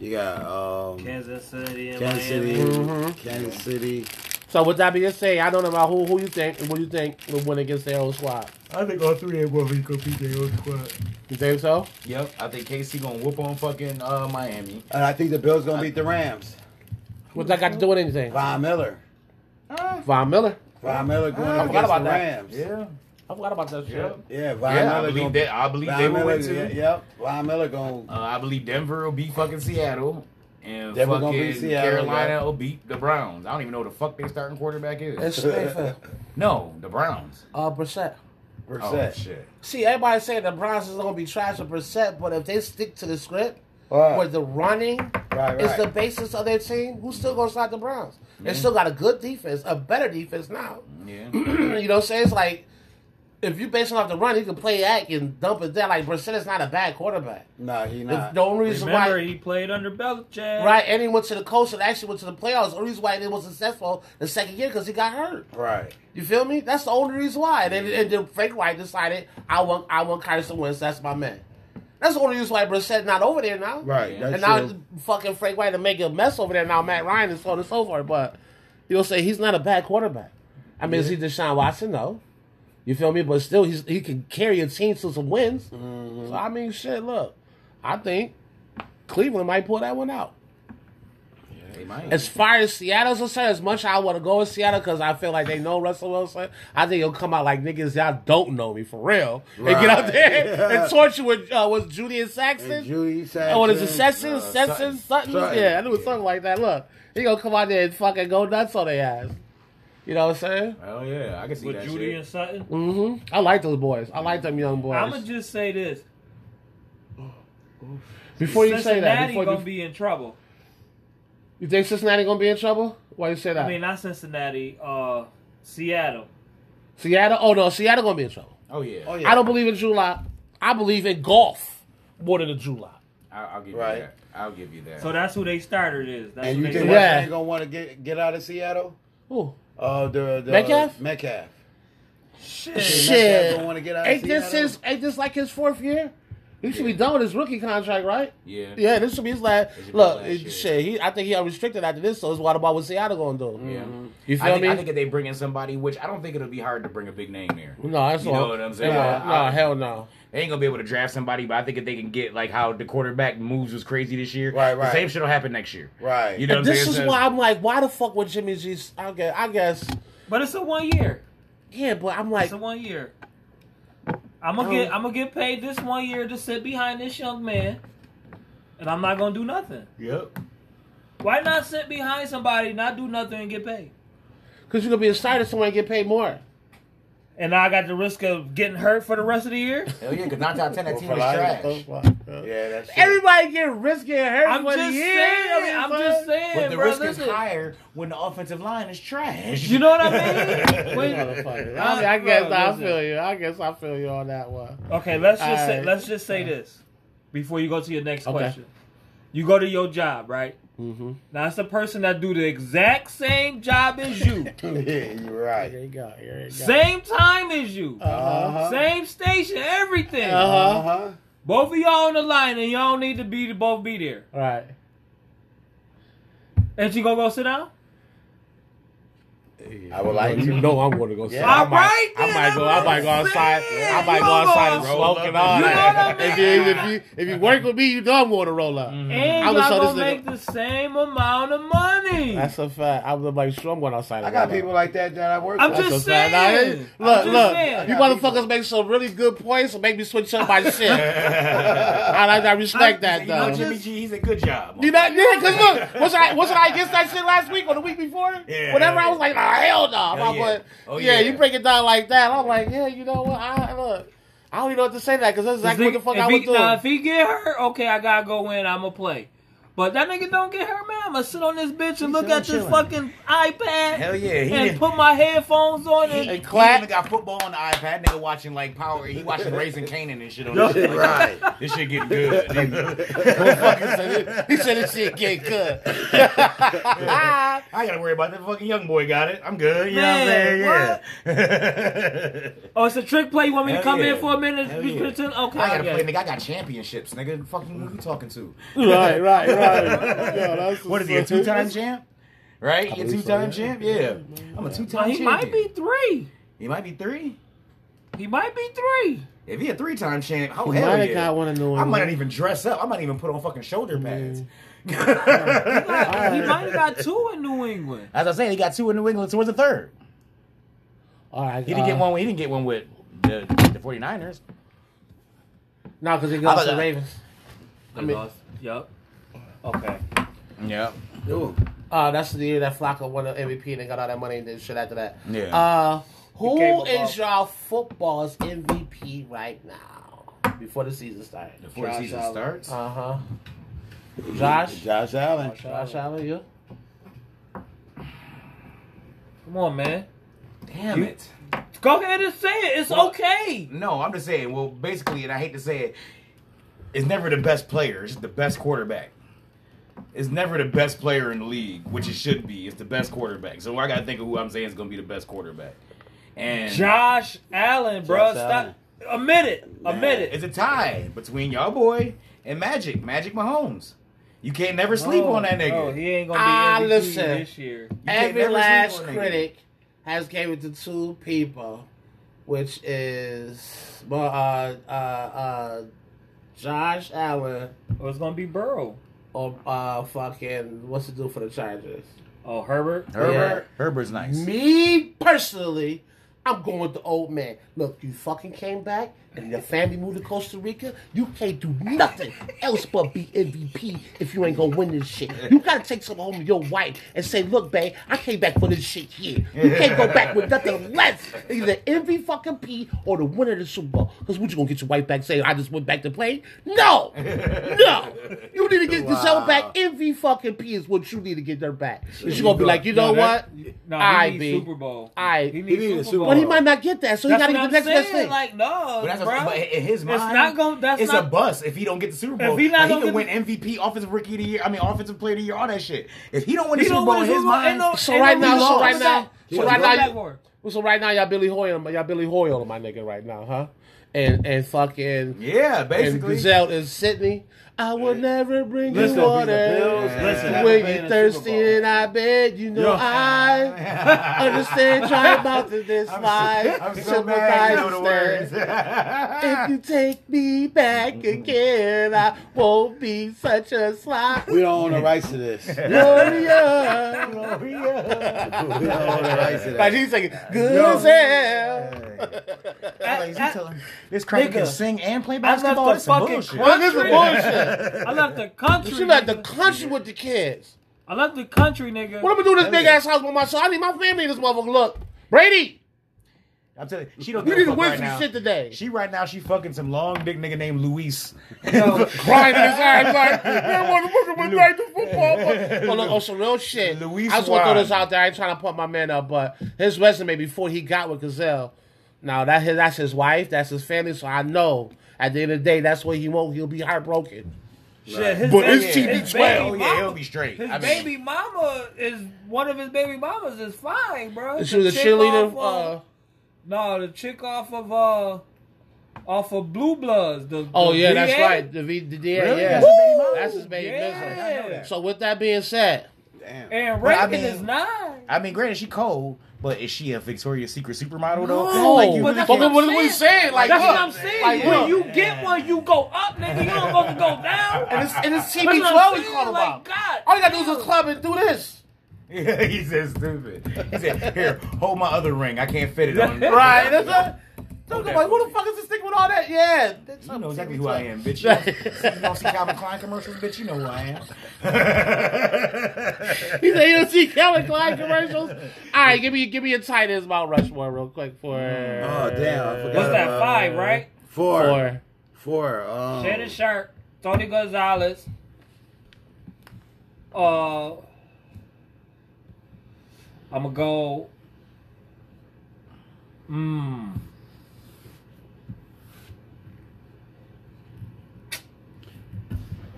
S4: You got um,
S3: Kansas City and
S4: Kansas
S3: Miami.
S4: City,
S2: Mm-hmm.
S4: Kansas City.
S2: So with that being said, I don't know about who who you think. What you think will win against their old squad?
S1: I think all three ain't gonna be competing on squad.
S2: You think so?
S1: Yep, I think KC gonna whoop on fucking uh, Miami.
S4: And I think the Bills gonna beat the Rams.
S2: What's that got to do with anything?
S4: Von Miller.
S2: Von Miller.
S4: Von Miller going
S1: I
S4: up
S2: Ah, forgot
S4: against
S2: about
S4: the
S2: that.
S4: Rams.
S1: Yeah,
S2: I forgot about that shit.
S1: yeah,
S4: Yeah, Von
S1: yeah. I
S4: Miller
S1: believe
S4: gonna,
S1: that. I believe
S4: Von
S1: they will
S4: Miller,
S1: win too.
S4: yeah, Yep, Von Miller going.
S1: Uh, I believe Denver will beat fucking Seattle. And
S4: Denver gonna
S1: fucking
S4: beat Seattle,
S1: Carolina
S4: yeah.
S1: will beat the Browns. I don't even know who the fuck their starting quarterback is.
S2: It's Mayfield.
S1: No, the Browns.
S2: Uh, Brissett.
S1: Oh
S4: Brissett.
S1: shit.
S2: See, everybody saying the Browns is gonna be trash with Brissett, but if they stick to the script,
S4: Right.
S2: where the running
S4: Right,
S2: is
S4: right. Mm-hmm.
S2: the basis of their team, who's still gonna stop the Browns? They still got a good defense, a better defense now.
S1: Yeah.
S2: you know what I'm saying? It's like if you basing off the run, you can play act and dump it down. Like Brissett is not a bad quarterback.
S4: Nah, he
S2: It's
S4: not.
S2: the only reason
S3: Remember,
S2: why
S3: he played under Belichick.
S2: right, and he went to the coast and actually went to the playoffs. The only reason why they was successful the second year because he got hurt.
S4: Right.
S2: You feel me? That's the only reason why. And, then and then Frank Wright decided, I want I want Carson Wentz. That's my man. That's the only reason why Brissett not over there now.
S4: Right.
S2: And
S4: That's
S2: now
S4: true.
S2: fucking Frank Wright to make a mess over there now. Matt Ryan and so on and so forth. But you'll say he's not a bad quarterback. I mean, is he Deshaun Watson? No. You feel me? But still, he's he can carry a team to some wins.
S4: Mm-hmm.
S2: So I mean, shit. Look, I think Cleveland might pull that one out.
S1: They might.
S2: As far as Seattle's concerned, as much I want to go with Seattle because I feel like they know Russell Wilson, I think he'll come out like niggas y'all don't know me for real and get out there
S4: Yeah.
S2: and torture with uh, was Julian Saxon.
S4: And Judy Saxon.
S2: Oh, what is it? Sessions?
S1: uh, Sutton.
S2: Sessions? Sutton?
S4: Sutton.
S2: Yeah, I knew it was something like that. Look, he gonna come out there and fucking go nuts on their ass. You know what I'm saying?
S1: Hell yeah, I can see
S3: With
S1: that
S3: Judy
S1: shit.
S3: and Sutton.
S2: Mm-hmm. I like those boys. I like them young boys.
S3: I'm gonna just say this.
S2: before you say
S3: Cincinnati
S2: that, before
S3: gonna
S2: you,
S3: be in trouble.
S2: you think Cincinnati gonna be in trouble? Why you say that?
S3: I mean, not Cincinnati. Uh, Seattle.
S2: Seattle? Oh no, Seattle gonna be in trouble.
S1: Oh yeah.
S4: Oh,
S1: Oh, yeah.
S4: yeah.
S2: I don't believe in July. I believe in golf more than the July.
S1: I, I'll give
S4: Right.
S1: you that. I'll give you that.
S3: So that's who they started is. That's
S4: And
S3: who
S4: you
S3: they
S4: think
S2: Yeah.
S4: Washington gonna want to get get out of Seattle?
S2: Ooh.
S4: Uh, the, the
S2: Metcalf?
S4: Metcalf.
S3: Shit.
S2: Shit.
S4: Metcalf don't wanna get out of
S2: Ain't this
S4: Seattle?
S2: his? Ain't this like his fourth year? He should be done with his rookie contract, right?
S1: yeah.
S2: Yeah, this should be his last.
S1: should be
S2: Look,
S1: his last
S2: it-
S1: year.
S2: shit. He, I think he unrestricted after this, so it's what about what Seattle gonna do?
S1: Yeah.
S3: Mm-hmm.
S2: You
S1: I
S2: feel
S1: think,
S2: me?
S1: I think if they bring in somebody, which I don't think it'll be hard to bring a big name there.
S2: no, that's
S1: You
S2: all.
S1: know what I'm saying?
S2: No,
S1: I- I-
S2: hell no.
S1: They ain't gonna be able to draft somebody, but I think if they can get like how the quarterback moves was crazy this year,
S4: Right,
S1: The
S4: right.
S1: same shit will happen next year.
S4: Right.
S1: You know what I'm
S2: this
S1: saying?
S2: is
S1: So-
S2: why I'm like, why the fuck would Jimmy G? I guess, I guess,
S3: But it's a one year.
S2: yeah, but I'm like,
S3: It's a one year. I'm gonna
S2: Oh.
S3: get. I'm gonna get paid this one year to sit behind this young man, and I'm not gonna do nothing.
S1: Yep.
S3: Why not sit behind somebody, not do nothing, and get paid?
S2: because you're gonna be a starter somewhere and get paid more.
S3: and now I got the risk of getting hurt for the rest of the year.
S1: Hell yeah, because nine out of ten that team
S4: For
S1: is
S4: life.
S1: trash. Yeah, that's true.
S2: Everybody get risky and hurt
S3: I'm
S2: for
S3: just
S2: the year.
S3: saying. I mean, I'm
S2: son.
S3: just saying,
S1: But the
S3: bro.
S1: risk
S3: listen.
S1: is higher when the offensive line is trash.
S3: You know what I mean? When-
S2: Motherfucker. I, mean, I guess
S3: Bro,
S2: I
S3: listen.
S2: feel you. I guess I feel you on that one.
S3: Okay, let's just say
S2: Alright.
S3: let's just say this before you go to your next
S2: Okay.
S3: question. You go to your job, right?
S2: Mm-hmm.
S3: Now it's the person that do the exact same job as you,
S4: yeah, you're right.
S2: Here you go. Here you go.
S3: same time as you,
S2: Uh-huh.
S3: same station, everything.
S2: Uh-huh.
S4: Uh-huh.
S3: Both of y'all on the line, and y'all need to be to both be there.
S2: Right.
S3: And you gonna go sit down?
S4: I would like
S2: you
S4: to.
S2: know I'm going to go.
S4: Yeah.
S2: outside. I might,
S3: Alright
S2: I
S3: then,
S2: might go. I
S3: I'm
S2: might go outside.
S3: saying,
S2: I might go
S3: come
S2: outside and
S3: on.
S2: smoke and all
S3: You know
S2: that.
S3: what I
S2: If you,
S3: mean?
S2: if you if you work with me, you know I'm going to roll up. Mm-hmm.
S3: And
S2: I
S3: y'all
S2: was so
S3: gonna
S2: this nigga-
S3: make the same amount of money.
S2: That's a fact. I'm like, sure, I'm going outside.
S4: I
S2: and
S4: got
S2: roll up.
S4: people like that that I work
S3: I'm
S4: with.
S2: That's
S3: just-
S2: a fact. Now, hey,
S3: saying.
S2: Look,
S3: I'm just
S2: look.
S3: saying.
S2: You
S4: I got
S2: motherfuckers make some really good points and make me switch up my shit. I like I respect that
S1: You know,
S2: though.
S1: Jimmy G, he's a good job.
S2: You not yeah, cause look, wasn't I wasn't I against that shit last week or the week before?
S1: Yeah,
S2: Whenever
S1: hell
S2: I was
S1: yeah.
S2: like, nah, hell no,
S1: Hell
S2: my
S1: yeah.
S2: boy.
S1: Oh,
S2: yeah,
S1: yeah.
S2: you break it down like that. I'm like, yeah, you know what? I look, I don't even know what to say to that because that's exactly what
S3: If
S2: the fuck
S3: he-
S2: I
S3: if
S2: would
S3: he,
S2: do.
S3: Now, if he get hurt, okay, I gotta go in. I'ma play. But that nigga don't get hurt, man. I'ma sit on this bitch and look
S1: still
S3: at this
S1: chilling.
S3: fucking iPad
S1: Hell yeah, he
S3: and
S1: didn't-
S3: put my headphones on
S1: He, he
S3: and
S2: And clap.
S1: even got football on the iPad. Nigga watching like power. He watching Raising Canaan and shit on this shit. Like,
S4: right.
S1: this shit getting good. nigga.
S2: Motherfucker said it. he said this shit get good.
S1: I gotta worry about that fucking young boy. Got it. I'm good. You
S3: Man,
S1: know what I'm saying? Yeah.
S3: oh, it's a trick play. You want me to
S1: Hell
S3: come
S1: yeah.
S3: in for a minute?
S1: Hell
S3: You
S1: yeah.
S3: pretend- Okay,
S1: I gotta
S3: okay.
S1: play, nigga. I got championships, nigga. Fucking who you talking to?
S2: right, right, right. Yo, that's
S1: What is he a
S2: what's
S1: two
S2: up.
S1: time champ? Right? You a two
S2: believe so,
S1: time
S2: yeah.
S1: champ? Yeah. I'm a two
S3: Well,
S1: time
S3: he
S1: champion.
S3: might be three.
S1: He might be three.
S3: He might be three.
S1: If he a three time champ, oh
S2: He
S1: hell
S2: might have
S1: yeah.
S2: got one in New
S1: I might
S2: England.
S1: not even dress up. I might even put on fucking shoulder pads.
S3: He got- he might have got two in New England.
S1: As I said, he got two in New England towards the third.
S2: All right,
S1: He didn't get
S2: uh,
S1: one. He didn't get one with the, the 49ers.
S2: No, because he
S1: How
S2: lost
S1: about
S2: to the
S1: that?
S2: Ravens.
S3: I
S2: mean-
S3: lost. Yep. Okay.
S1: Yeah.
S2: Uh, that's the year that Flacco won the MVP and they got all that money and did shit after that.
S1: Yeah.
S2: Uh,
S3: He came
S2: who
S3: up
S2: is
S3: off-
S2: y'all football's MVP right now before the season starts?
S1: Before
S3: Josh
S1: the season
S3: Allen.
S1: starts.
S2: Uh huh. Josh.
S4: Josh Allen.
S2: Josh Allen, you?
S3: Come on, man.
S1: Damn
S3: You-
S1: it.
S3: Go ahead and say it. It's
S1: Well-
S3: okay.
S1: No, I'm just saying. Well, basically, and I hate to say it, it's never the best player. It's just the best quarterback. It's never the best player in the league, which it should be. It's the best quarterback. So I got to think of who I'm saying is going to be the best quarterback. And
S3: Josh Allen, bro.
S4: Josh
S3: Stop. A minute. A minute.
S1: it's a tie between y'all boy and Magic, Magic Mahomes. You can't never sleep
S3: Oh,
S1: on that nigga.
S3: No, he ain't gonna be
S2: Ah,
S3: MVP
S2: listen.
S3: this year.
S1: You can't
S2: Every
S1: never sleep
S2: last
S1: on that nigga.
S2: critic has gave it to two people, which is uh, uh, uh, Josh Allen
S3: Or it's gonna be Burrow.
S2: or uh, fucking what's it do for the Chargers?
S3: Oh, Herbert.
S1: Herbert, Herbert's nice.
S2: Me personally, I'm going with the old man. Look, you fucking came back and your family moved to Costa Rica. You can't do nothing else but be MVP if you ain't gonna win this shit. You gotta take something home to your wife and say, look, babe, I came back for this shit here. You can't go back with nothing less than either MVP fucking P or the winner of the Super Bowl. Because what you gonna get your wife back saying I just went back to play? No! No! You need to get yourself back. MVP fucking P is what you need to get her back. And she gonna be like, you know what?
S3: No,
S2: I
S3: he
S2: be.
S3: needs Super Bowl.
S2: I-
S3: he needs
S4: He need a
S3: Super
S4: Super
S3: Bowl.
S2: But he might not get that, so
S3: Oh.
S2: he
S3: That's
S2: got
S3: what
S2: to
S3: I'm
S2: get the next
S3: saying.
S2: best thing.
S3: Like no,
S1: But, that's
S3: bro.
S1: a, but in his mind,
S3: not gon- that's
S1: it's
S3: not-
S1: a bust if he don't get the Super Bowl.
S3: If he not
S1: Like,
S3: gonna
S1: can
S3: get
S1: win MVP, Offensive Rookie of the Year, I mean Offensive Player of the Year, all that shit. If he don't win
S3: He
S1: the
S3: don't
S1: Super Bowl
S3: win
S1: in
S3: the
S1: his
S3: Super Bowl,
S1: mind,
S3: ain't no-
S2: so
S3: ain't
S2: right
S3: no
S2: now, so
S1: lost.
S2: right now,
S3: He
S2: so
S1: was
S2: right
S1: going
S2: now,
S3: back
S2: you-
S3: for
S2: well, so right now, y'all Billy Hoyle, y'all Billy Hoyle, my nigga, right now, huh? And and fucking
S1: yeah,
S2: and
S1: basically.
S2: Giselle and Sydney. I will never bring
S3: Listen,
S2: you water.
S4: Bills
S1: listen,
S2: when
S1: never
S2: you're
S4: played in the
S2: thirsty
S4: Super Bowl.
S2: and I bet you know
S3: Yo.
S2: I understand. Try about to this
S1: I'm so-
S2: life.
S1: I'm so
S2: sympathize
S1: mad. You know the
S2: and
S1: words.
S2: stand. If you take me back again, I won't be such a sly.
S4: We don't own the rights to this. we don't
S2: Gloria.
S4: own the rights to
S2: Like
S4: that.
S2: he's like, good as hell.
S3: I-
S1: Like, you
S3: I-
S1: telling- this crowd can
S3: Nigga,
S1: sing and play
S3: I left
S1: basketball.
S3: the
S1: That's some
S3: fucking
S1: bullshit.
S2: Well, this is
S3: country.
S2: bullshit.
S3: I left the country.
S2: She left the
S3: nigga.
S2: country with the kids.
S3: I left the country, nigga.
S2: What am I gonna do in this big ass house by myself? I need my family in this motherfucker. Look, Brady,
S1: I'm telling you, she don't.
S5: You
S1: give a
S5: need to
S1: fuck
S5: win
S1: right
S5: some
S1: now.
S5: shit today.
S1: She right now, she fucking some long dick nigga named Luis.
S2: crying in his eyes like, man, want to fucking win back to football. But, but Oh, look, on some real shit.
S1: Luis
S2: I just want to throw this
S1: Juan.
S2: out there. I ain't trying to put my man up, but his resume before he got with Gazelle. Now that his, that's his wife, that's his family. So I know at the end of the day, that's what he won't. He'll be heartbroken.
S3: Shit, his
S2: But
S3: baby-
S2: it's TB12.
S3: his baby
S1: Oh yeah,
S3: mama-
S1: he'll be straight.
S3: His
S1: I mean,
S3: baby mama is one of his baby mamas is fine, bro.
S2: She was a
S3: chick
S2: cheerleader.
S3: off
S2: Uh,
S3: of- no, the chick off of uh, off of Blue Bloods. The,
S2: oh
S3: the
S2: yeah, that's
S3: VA.
S2: right. The, V- the DA,
S1: Really?
S2: yeah,
S1: That's his baby mama?
S2: that's his baby. business.
S3: Yeah.
S2: So with that being said,
S4: Damn.
S3: And
S1: But I
S3: Reagan
S1: mean-
S3: is nine.
S1: I mean, granted, she cold, but is she a Victoria's Secret supermodel though?
S2: No,
S1: like you really
S2: but that's what
S1: can't-
S2: I'm we saying, like,
S3: that's
S2: look,
S3: what I'm saying.
S2: like,
S3: when
S2: look.
S3: you get one, you go up, nigga. You don't supposed to go down.
S2: and it's, and it's
S3: That's what
S2: TB12
S3: I'm
S2: he's
S3: saying,
S2: calling
S3: like,
S2: about.
S3: God
S2: All you gotta do is
S3: damn.
S2: just club and do this.
S1: Yeah, he said stupid. He said, "Here, hold my other ring. I can't fit it on."
S2: Right. That's what, so
S1: Okay.
S2: I'm like, who the fuck is this nigga with all that? Yeah. That's
S1: You know exactly who I am, bitch. You don't see Calvin Klein commercials, bitch. You know who I am.
S2: He said, you don't see Calvin Klein commercials? All right, give me give me a tight end Mount Rushmore real quick for.
S4: Oh damn! I forgot
S3: What's that
S4: about-
S3: five, right?
S4: Four.
S2: For.
S4: Four. Um,
S3: Shannon Sharp, Tony Gonzalez, uh, I'm gonna go. Mmm.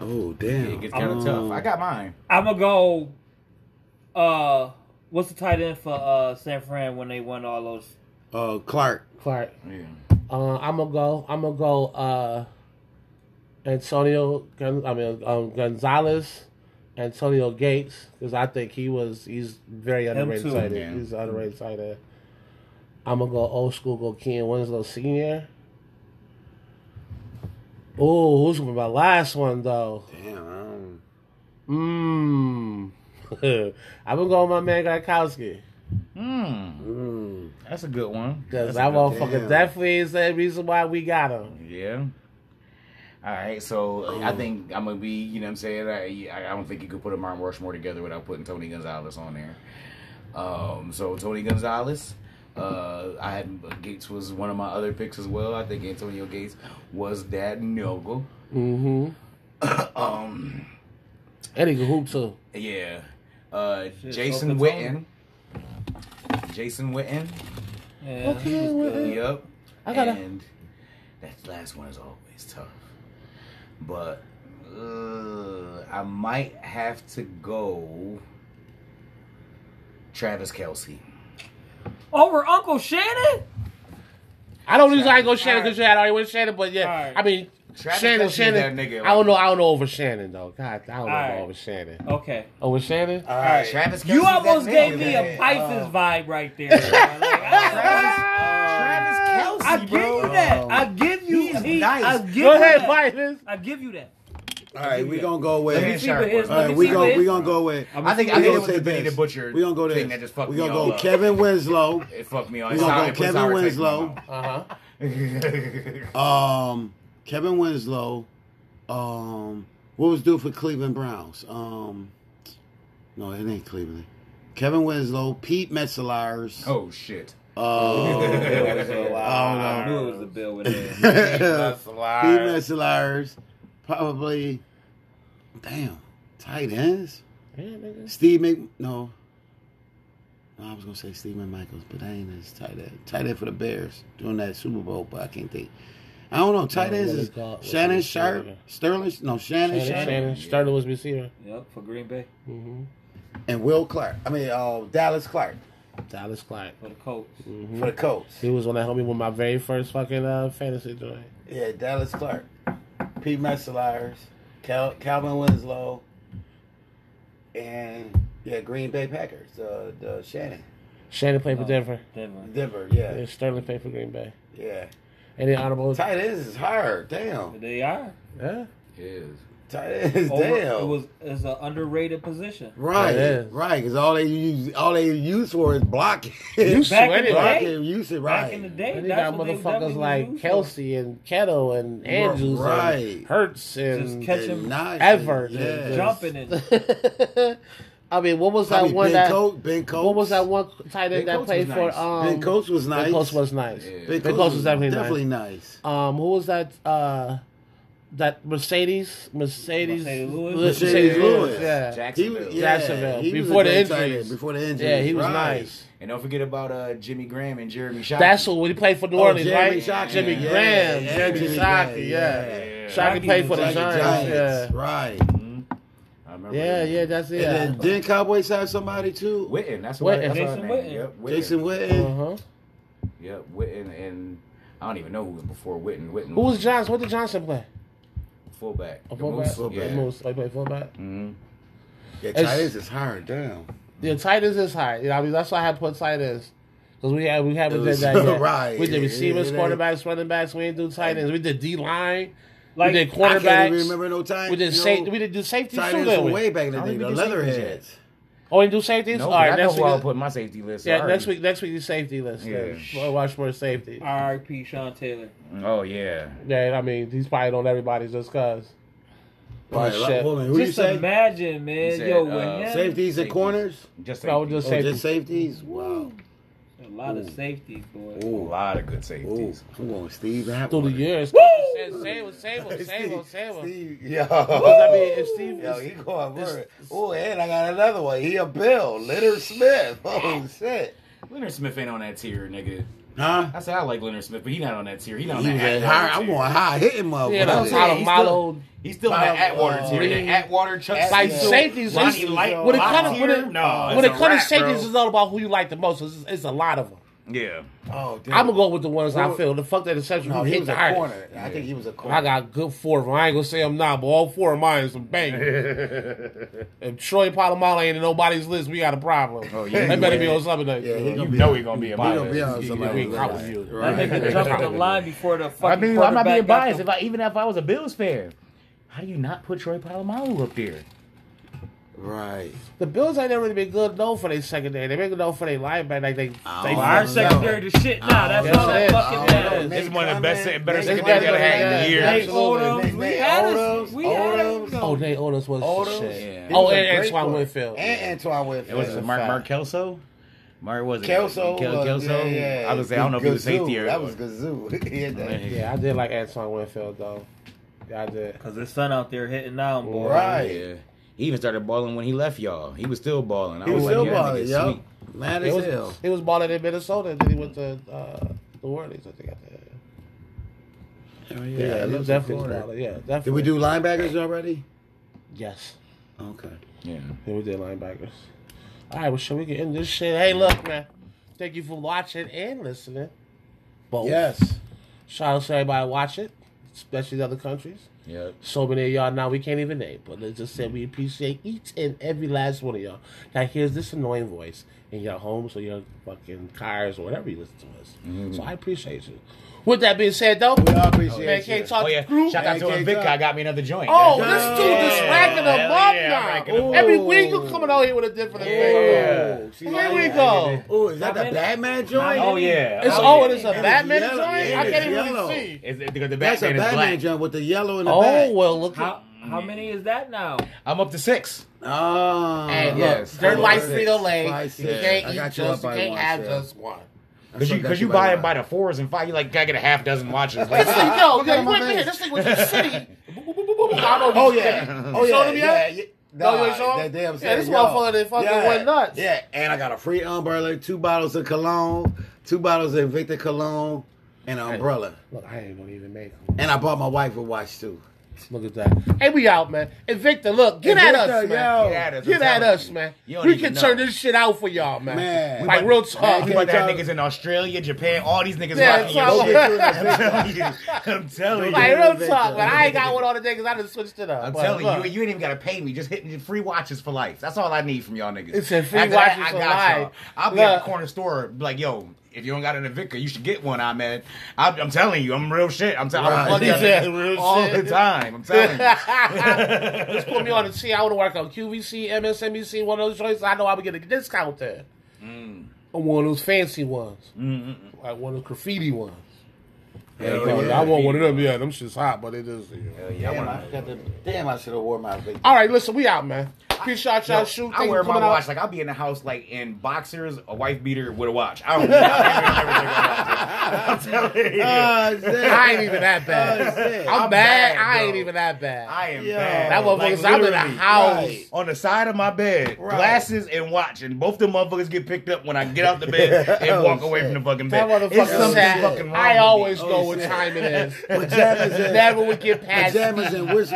S4: Oh damn! Um,
S1: it gets kind of tough. I got mine.
S3: I'm gonna go. Uh, what's the tight end for uh San Fran when they won all those?
S4: Uh, Clark.
S2: Clark.
S1: Yeah.
S2: Uh, I'm gonna go. I'm gonna go. Uh, Antonio. Gon- I mean um, Gonzalez, Antonio Gates, because I think he was. He's very underrated
S3: too,
S2: tight end.
S1: yeah.
S2: He's an underrated tight end. I'm gonna go old school. Go Ken Winslow Senior. Oh, who's gonna be my last one though?
S4: Damn. I don't-
S2: Mmm. I'm gonna go with my man Gronkowski.
S1: Hmm.
S4: Mm.
S1: That's a good one.
S2: Because
S1: That's
S2: that
S1: a good-
S2: motherfucker
S4: damn.
S2: definitely is the reason why we got him.
S1: Yeah. All right, so uh, I think I'm gonna be, you know, what I'm saying I, I don't think you could put a Mount Rushmore together without putting Tony Gonzalez on there. Um, so Tony Gonzalez, uh, I had Gates was one of my other picks as well. I think Antonio Gates was that noble.
S2: Mm-hmm.
S1: Um,
S2: And he can hoop too.
S1: yeah, uh,
S3: Shit,
S1: Jason
S3: so could
S1: Witten, Jason Witten,
S3: Yeah.
S1: yep,
S2: I gotta-
S1: and that last one is always tough, but uh, I might have to go Travis Kelsey.
S3: Over Uncle Shannon?
S2: I don't usually I go Shannon
S3: All right.
S2: because you had already went Shannon, but yeah,
S3: All right.
S2: I mean
S1: Travis
S2: Shannon,
S1: Kelce is that
S2: Shannon.
S1: nigga,
S2: I don't
S1: like-
S2: know. I don't know over Shannon though. God, I don't know
S3: right. Uh,
S2: over Shannon.
S3: Okay.
S2: Over Shannon.
S4: All right.
S1: Travis Kelsey
S3: You almost gave me a
S1: man. Oh.
S3: Pisces vibe right there. bro. Like, I,
S1: Travis
S3: I
S1: Kelsey,
S3: give
S1: bro.
S3: you that. I give you.
S1: He's
S3: he-
S1: nice.
S3: I give
S2: Go
S3: you
S2: ahead,
S3: that.
S2: Fighters.
S3: I give you that.
S4: All right. We gonna go with.
S1: Let me see
S3: Sharp
S1: what his-
S3: one.
S4: All right,
S3: Let me
S4: we
S3: see
S4: gonna
S3: what
S4: we
S3: his-
S4: gonna go with.
S1: I think I
S4: we
S1: think it
S4: gonna
S1: was
S4: say
S1: the Benny the
S4: this.
S1: Butcher.
S4: We gonna go
S1: thing
S4: this.
S1: that just fucked
S4: we
S1: me
S4: gonna go
S1: all up.
S4: Kevin Winslow.
S1: It fucked me all.
S4: We
S1: It's
S4: gonna
S1: how
S4: go
S1: it puts
S4: Kevin
S1: our taste
S4: Winslow.
S1: Uh-huh.
S2: Uh huh.
S1: in my mouth.
S4: Um, Kevin Winslow. Um, what was due for Cleveland Browns? Um, no, it ain't Cleveland. Kevin Winslow, Pete Metzelaers.
S1: oh shit.
S4: Uh,
S3: I knew it was a bill with it.
S4: Pete
S1: That's
S4: Metzelaers, probably. Damn, tight ends. Steve Mc no. No, I was gonna say Steve McMichaels, but that ain't his tight end. Tight end for the Bears during that Super Bowl, but I can't think. I don't know. Tight
S2: Yeah,
S4: ends
S2: what
S4: is
S2: they call it, what
S4: Shannon
S2: they
S4: Sharp,
S2: call it.
S4: Sterling. No, Shannon
S2: Shannon,
S4: Sharp
S2: Shannon. Sterling was receiver.
S3: yep, for Green Bay,
S2: Mm-hmm.
S4: and Will Clark. I mean, uh, Dallas Clark
S2: Dallas Clark.
S3: for the Colts.
S4: for the Colts.
S2: He was one that helped me with my very first fucking uh, fantasy joint.
S4: Yeah, Dallas Clark, Pete Metzelaers, Cal- Calvin Winslow, and yeah, Green Bay Packers. Uh, the Shannon,
S2: Shannon played for
S3: Oh.
S2: Denver.
S3: Denver.
S4: Denver. Yeah,
S2: And Sterling played for Green Bay.
S4: yeah.
S2: And then honorable.
S4: Tight ends is hard. Damn.
S3: They are.
S2: Yeah.
S1: Is.
S4: Tight ends,
S3: Over-
S4: damn.
S3: It was it's an underrated position.
S4: right,
S2: It is.
S4: right. Because all they use, all they use for is blocking. You
S3: Back in the
S4: blocking,
S3: day.
S4: use it
S3: Back
S4: right.
S3: in the day,
S2: And you
S3: that's
S2: got
S3: what they
S2: motherfuckers
S3: definitely
S2: like
S3: used
S2: Kelsey and Kettle and Andrews
S4: right.
S2: and Hurts
S3: for. Just
S2: and
S3: catch
S4: And
S3: him
S4: nice,
S2: ever.
S4: yeah.
S3: jumping and
S2: and I mean, what was that
S4: Probably
S2: one
S4: ben,
S2: that?
S4: Coates, ben Coates.
S2: What was that one tight
S1: Ben
S2: end that
S1: Coates
S2: played
S1: was
S2: for?
S1: nice.
S2: Um,
S4: Ben Coates was nice.
S2: Ben Coates was nice.
S1: Yeah.
S4: Ben
S2: Coates
S4: Coates
S2: was definitely
S4: definitely nice.
S2: Um, who was that? Uh, that Mercedes, Mercedes,
S3: Mercedes Lewis?
S2: Mercedes,
S4: Mercedes
S2: Lewis.
S4: Lewis.
S2: Yeah,
S1: Jacksonville.
S4: He, yeah,
S2: Jacksonville.
S4: he was
S2: Before
S4: a
S2: the
S4: great tight end,
S2: injuries.
S4: Before the injuries.
S2: yeah, he was
S4: Right.
S2: nice.
S1: And don't forget about uh, Jimmy Graham and Jeremy Shockey.
S2: That's who he played for New
S4: Oh,
S2: Orleans,
S4: Jeremy
S2: right?
S4: Shockey.
S2: Jimmy
S4: Yeah,
S2: Graham,
S4: yeah,
S2: Jeremy
S4: Jimmy
S2: Shockey,
S4: Graham,
S2: yeah.
S4: yeah.
S2: Shockey played for the
S4: Like
S2: Giants,
S4: Giants.
S2: yeah.
S4: Right.
S1: I remember
S2: Yeah,
S1: him.
S2: yeah, that's it.
S4: And then didn't Cowboys have somebody too?
S1: Witten. That's
S2: Witten.
S1: what. That's Jason
S3: Jason
S1: name.
S3: Witten.
S1: Yep, Witten.
S4: Jason
S2: Uh
S4: Witten.
S2: huh.
S1: Yep, Witten and I don't even know who was before Witten. Witten
S2: Who was Johnson? What did Johnson play?
S1: fullback.
S2: A
S1: The Moose,
S2: fullback?
S4: Fullback. Mm-hmm.
S1: Yeah.
S2: The Moose. Oh, he played fullback.
S1: Mhm.
S4: Yeah,
S2: It's-
S4: tight ends is higher down.
S2: Yeah, tight ends is high. Yeah, I mean, that's why I had to put tight ends. Because we, had, we haven't
S4: It
S2: did
S4: was-
S2: that yet.
S4: right.
S2: We did
S4: It-
S2: receivers,
S4: it ain't-
S2: quarterbacks, running backs. We didn't do tight ends. We did D line.
S3: Like-
S2: we did
S4: I can't even
S2: quarterbacks.
S4: remember no time.
S2: we did
S4: no
S2: safety. We did do safety
S4: tight
S2: too,
S4: ends
S2: didn't
S4: from
S2: we?
S4: way back in the
S1: I
S4: day.
S1: don't think
S4: The
S1: we did safeties
S4: leatherheads.
S2: Oh, and do safeties.
S1: No,
S2: All
S1: All
S2: right,
S1: right, I know
S2: next
S1: who I'll
S2: week.
S1: put in my safety list.
S2: Yeah,
S1: Sorry.
S2: next week. Next week is safety list. Yeah.
S1: Yeah.
S2: Well, Watch more safety.
S3: R.I.P. Sean Taylor.
S1: Oh yeah.
S2: Yeah, I mean, he's probably on everybody's just cause.
S4: Right,
S2: Oh,
S4: like,
S2: shit.
S4: Hold on. Who you
S3: Just
S4: say?
S3: imagine, man.
S1: He said,
S3: Yo, with
S1: uh,
S3: him,
S4: Safeties and
S1: Safeties.
S4: corners?
S1: Just
S2: No,
S1: safety.
S2: just
S4: Oh, just safeties? Wow.
S3: a lot of
S4: Ooh.
S3: safeties, boy.
S1: a lot of good safeties.
S4: Ooh, come on, Steve. That
S2: Through the
S4: one.
S2: years. Said, Save him, save him,
S4: Hey,
S2: save him,
S4: Steve,
S2: save him.
S4: Steve, yo.
S2: I mean, if Steve-
S4: yo, he going word. Oh, and I got another one. He a Bill, Leonard Smith. Oh shit,
S1: Leonard Smith ain't on that tier, nigga.
S4: huh?
S1: I said I like Leonard Smith, but he not on that tier. He not on
S4: He was
S1: that
S4: at
S1: Atwater
S4: high. I'm
S1: tier.
S4: going high hitting
S2: Yeah, that was
S1: Yeah,
S2: out
S4: motherfucker.
S2: of
S1: he's
S2: Milo.
S1: He's still in that
S4: Bob,
S1: Atwater
S4: uh,
S1: tier.
S4: Reed.
S1: That Atwater Chuck
S4: At-
S2: Like
S4: Yeah.
S2: safeties,
S4: Ronnie
S2: it's-
S1: Light-
S2: when it
S1: Light
S2: comes when
S1: tier?
S2: it,
S4: Oh,
S1: No,
S2: when
S1: it's
S2: it
S1: a
S2: comes to
S1: wrap,
S2: safeties,
S1: bro.
S2: it's all about who you like the most. It's, it's a lot of them.
S1: Yeah.
S4: Oh, damn.
S2: I'm gonna go with the ones I
S4: Well,
S2: feel. The fuck that exception
S4: No,
S2: who
S4: he
S2: hit
S4: was
S2: the
S4: a
S2: hardest.
S4: corner. I think he was a corner.
S2: I got good four of them. I ain't gonna say I'm not, but all four of mine is some bangers. if Troy Polamalu ain't in nobody's list, we got a problem.
S1: Oh, yeah,
S2: they
S1: he
S2: better
S4: went.
S2: be on something. Like,
S4: Yeah, he
S1: You
S4: gonna be
S1: know
S4: on-
S1: he gonna be a
S4: he gonna
S1: bias.
S4: be on somebody.
S2: gonna be covered.
S3: That nigga jumped on the line before the fucking.
S1: I mean, I'm not being
S3: quarterback got
S1: biased.
S3: the-
S1: If I even if I was a Bills fan, how do you not put Troy Polamalu up there?
S4: Right.
S2: The Bills ain't never really been good known for their secondary. They been good known for their linebacker. Like they, they
S4: Oh, I
S3: Well,
S4: don't
S3: our
S4: know.
S3: secondary to shit now. That's
S2: Yes,
S3: all
S2: it
S3: that
S2: is. I
S3: fucking
S2: don't know.
S3: matters.
S1: Nick- It's one of the best- better
S2: secondary they had in years.
S3: Nate
S4: Absolutely.
S3: Odoms,
S4: Nate-
S3: we
S4: Nate
S3: had us.
S4: Odoms,
S3: We had us.
S4: Odoms,
S2: oh they own us was
S4: Odoms.
S2: shit.
S1: Yeah.
S2: Oh,
S4: He was a
S2: and
S4: great
S2: Antoine
S4: player.
S2: Winfield.
S4: And Antoine
S1: It
S4: Winfield.
S1: was
S2: a
S1: Mark
S2: fact.
S1: Mark Kelso. Mark was it?
S4: Kelso.
S1: Kel-
S4: was-
S1: Kelso.
S4: yeah, yeah.
S1: I was gonna say I don't know if he was
S4: Gazoo.
S1: safety or
S4: That was Gazoo. He had that.
S2: Yeah, I did like Antoine Winfield though. Yeah, I did.
S3: Cause the sun out there hitting down, boy.
S4: Right.
S1: Yeah. He even started balling when he left y'all. He was still balling. I
S4: He was
S1: like,
S4: still
S1: yeah, that
S4: balling,
S1: nigga's
S4: yo.
S1: sweet.
S4: Mad
S2: It
S4: as
S2: was,
S4: hell.
S2: he was balling in Minnesota, and then he went to uh, New Orleans. I think. I did. Yeah, yeah,
S4: it
S2: he
S4: was
S2: definitely
S4: a
S2: was
S4: corner.
S2: balling. Yeah, definitely.
S4: Did we do linebackers already?
S2: Yes.
S4: Okay.
S1: Yeah.
S2: Yeah, we did linebackers. All right, well, sure, we can end this shit. Hey, look, man. Thank you for watching and listening. Both.
S4: Yes.
S2: Shout out to everybody watching, especially the other countries.
S1: Yep.
S2: So many of y'all now we can't even name, but let's just say we appreciate each and every last one of y'all that hears this annoying voice in your homes or your fucking cars or whatever you listen to us. So I appreciate you. With that being said, though,
S4: We all appreciate
S2: man,
S4: you.
S2: can't talk
S1: Oh
S2: to
S1: yeah.
S2: group.
S1: Shout out to
S4: Hey,
S1: him, Vic.
S4: K-Dot.
S1: I got me another joint.
S2: Oh,
S1: That's-
S2: this dude is
S1: Yeah.
S2: racking them
S1: Hell
S2: up
S1: yeah,
S2: now.
S1: racking them up.
S2: Every week you coming out here with a different
S1: Yeah.
S2: thing.
S4: Oh, see,
S2: Here
S4: I-
S2: we
S4: I-
S2: go.
S4: Oh, is that the
S3: Not many-
S4: Batman joint?
S1: Oh yeah.
S2: It's
S1: oh,
S2: oh,
S1: yeah.
S2: it is a
S4: And it's
S2: Batman
S4: yellow.
S2: joint.
S4: Yeah,
S2: I
S4: it's
S2: can't even
S4: yellow.
S2: really see.
S1: It's, it's because the
S4: That's a
S1: Batman is
S4: Batman
S1: black.
S4: joint with the yellow in the back.
S2: Oh well, look at
S3: How, uh, how many is that now?
S1: I'm up to six.
S4: Oh,
S2: Hey,
S1: yes.
S2: look, they're
S1: Oh,
S2: like
S1: yes.
S2: Frito Lay. You
S4: Slices. I
S2: can't
S4: got
S2: eat
S4: you
S2: just,
S4: up
S2: you
S4: by
S2: can't
S4: one,
S2: have
S4: sir.
S2: just one.
S1: Cause you,
S4: I got
S1: cause you
S4: by
S1: buy him
S4: one.
S1: by the fours and five. You like gotta get a half dozen watches.
S2: This thing,
S1: Like,
S2: yo,
S4: Look at
S2: yo, you
S4: my
S2: went there.
S4: face.
S2: This thing was the city. I don't know
S4: Oh
S2: who's
S4: yeah,
S2: city.
S4: oh
S2: You showed
S4: yeah,
S2: him
S4: yeah.
S2: yet?
S4: yeah.
S2: No, you
S4: Nah,
S2: ain't show him?
S4: that damn
S2: Yeah,
S4: said,
S2: this
S4: yo.
S2: motherfucker done fucking
S4: yeah.
S2: went nuts.
S4: Yeah, and I got a free umbrella, two bottles of cologne, two bottles of Victor cologne, and an umbrella.
S2: Look, I ain't gonna even make
S4: And I bought my wife a watch too.
S2: Look at that. Hey, we out, man. And Victor, look, get at
S4: Victor,
S2: us, man.
S4: yo.
S1: Get at us,
S2: Get
S1: I'm
S2: at
S1: telling
S2: us,
S1: you.
S2: man.
S1: You don't
S2: We
S1: even
S2: can
S1: know.
S2: turn this shit out for y'all, man.
S4: Man.
S2: Like
S1: We
S2: real
S1: about-
S2: talk.
S1: We about to have
S4: Can't
S1: niggas in Australia, Japan, all these niggas
S2: Yeah,
S1: rocking
S2: that's
S1: your shit. I'm telling you. I'm telling
S2: like
S1: you.
S2: real
S4: Victor.
S2: talk, man. I ain't got one on the day because I just switched it up.
S1: I'm
S2: but
S1: telling
S2: look.
S1: you, you ain't even gotta pay me. Just hit me free watches for life. That's all I need from y'all niggas.
S2: It said free
S1: After
S2: watches for life.
S1: Y'all. I'll be at
S2: Look.
S1: the corner store, be like, yo, if you don't got an Avica, you should get one. I'm at. I'm, I'm telling you, I'm real shit. I'm telling.
S4: Right.
S1: I'm
S2: He said
S1: fucking
S2: real
S1: all
S2: shit.
S1: the time. I'm telling you.
S2: just put me on the team. I want to work on QVC, MSNBC, one of those joints. I know I'm gonna get a discount there.
S1: Mm.
S2: On one of those fancy ones, like one of those graffiti ones.
S1: Hell
S2: No,
S1: yeah.
S2: I want one of them. Yeah, them shit's hot, but it is. yeah.
S1: Hell yeah, I
S4: Damn,
S1: wanna-
S4: I, forgot to, damn, I should have worn my vape.
S2: All right, listen, we out, man. Appreciate y'all.
S1: No,
S2: shoot,
S1: I
S2: thank you
S1: wear
S2: for
S1: my
S2: coming out.
S1: watch. Like I'll be in the house like in boxers, a wife beater with a watch. I don't. know. I'm telling you,
S2: Uh,
S4: Ah, shit.
S2: I ain't even that bad.
S4: Oh, shit.
S2: Ah, I'm,
S1: I'm
S2: bad.
S1: bad,
S2: I ain't
S1: bro.
S2: even that bad.
S1: I am
S4: Yo.
S1: bad.
S2: that
S4: was
S1: Like,
S2: motherfucker's. I'm in
S1: literally.
S2: the house.
S4: Right.
S1: On the side of my bed,
S4: Right.
S1: glasses and watch, and both the motherfuckers get picked up when I get out the bed and
S4: Oh,
S1: walk away
S4: shit.
S1: from the fucking
S2: That
S1: bed.
S2: motherfucker
S1: It's something
S4: said,
S1: fucking wrong.
S2: I
S1: with me.
S2: always
S4: Oh,
S2: know what
S4: shit.
S2: time it is.
S4: Pajamas and
S2: Never would get past
S4: pajamas and wrist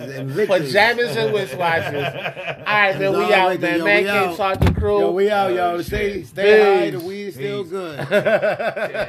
S4: and victory.
S2: pajamas and wrist watches. All right, then
S4: All
S2: we
S4: right,
S2: out, man.
S4: then, yo,
S2: Man,
S4: we
S2: can't
S4: out.
S2: talk to crew.
S4: Yo, we out,
S1: Oh,
S4: y'all.
S1: shit.
S4: Stay, stay high. The
S2: Peace.
S4: weed's still
S1: Peace.
S4: good.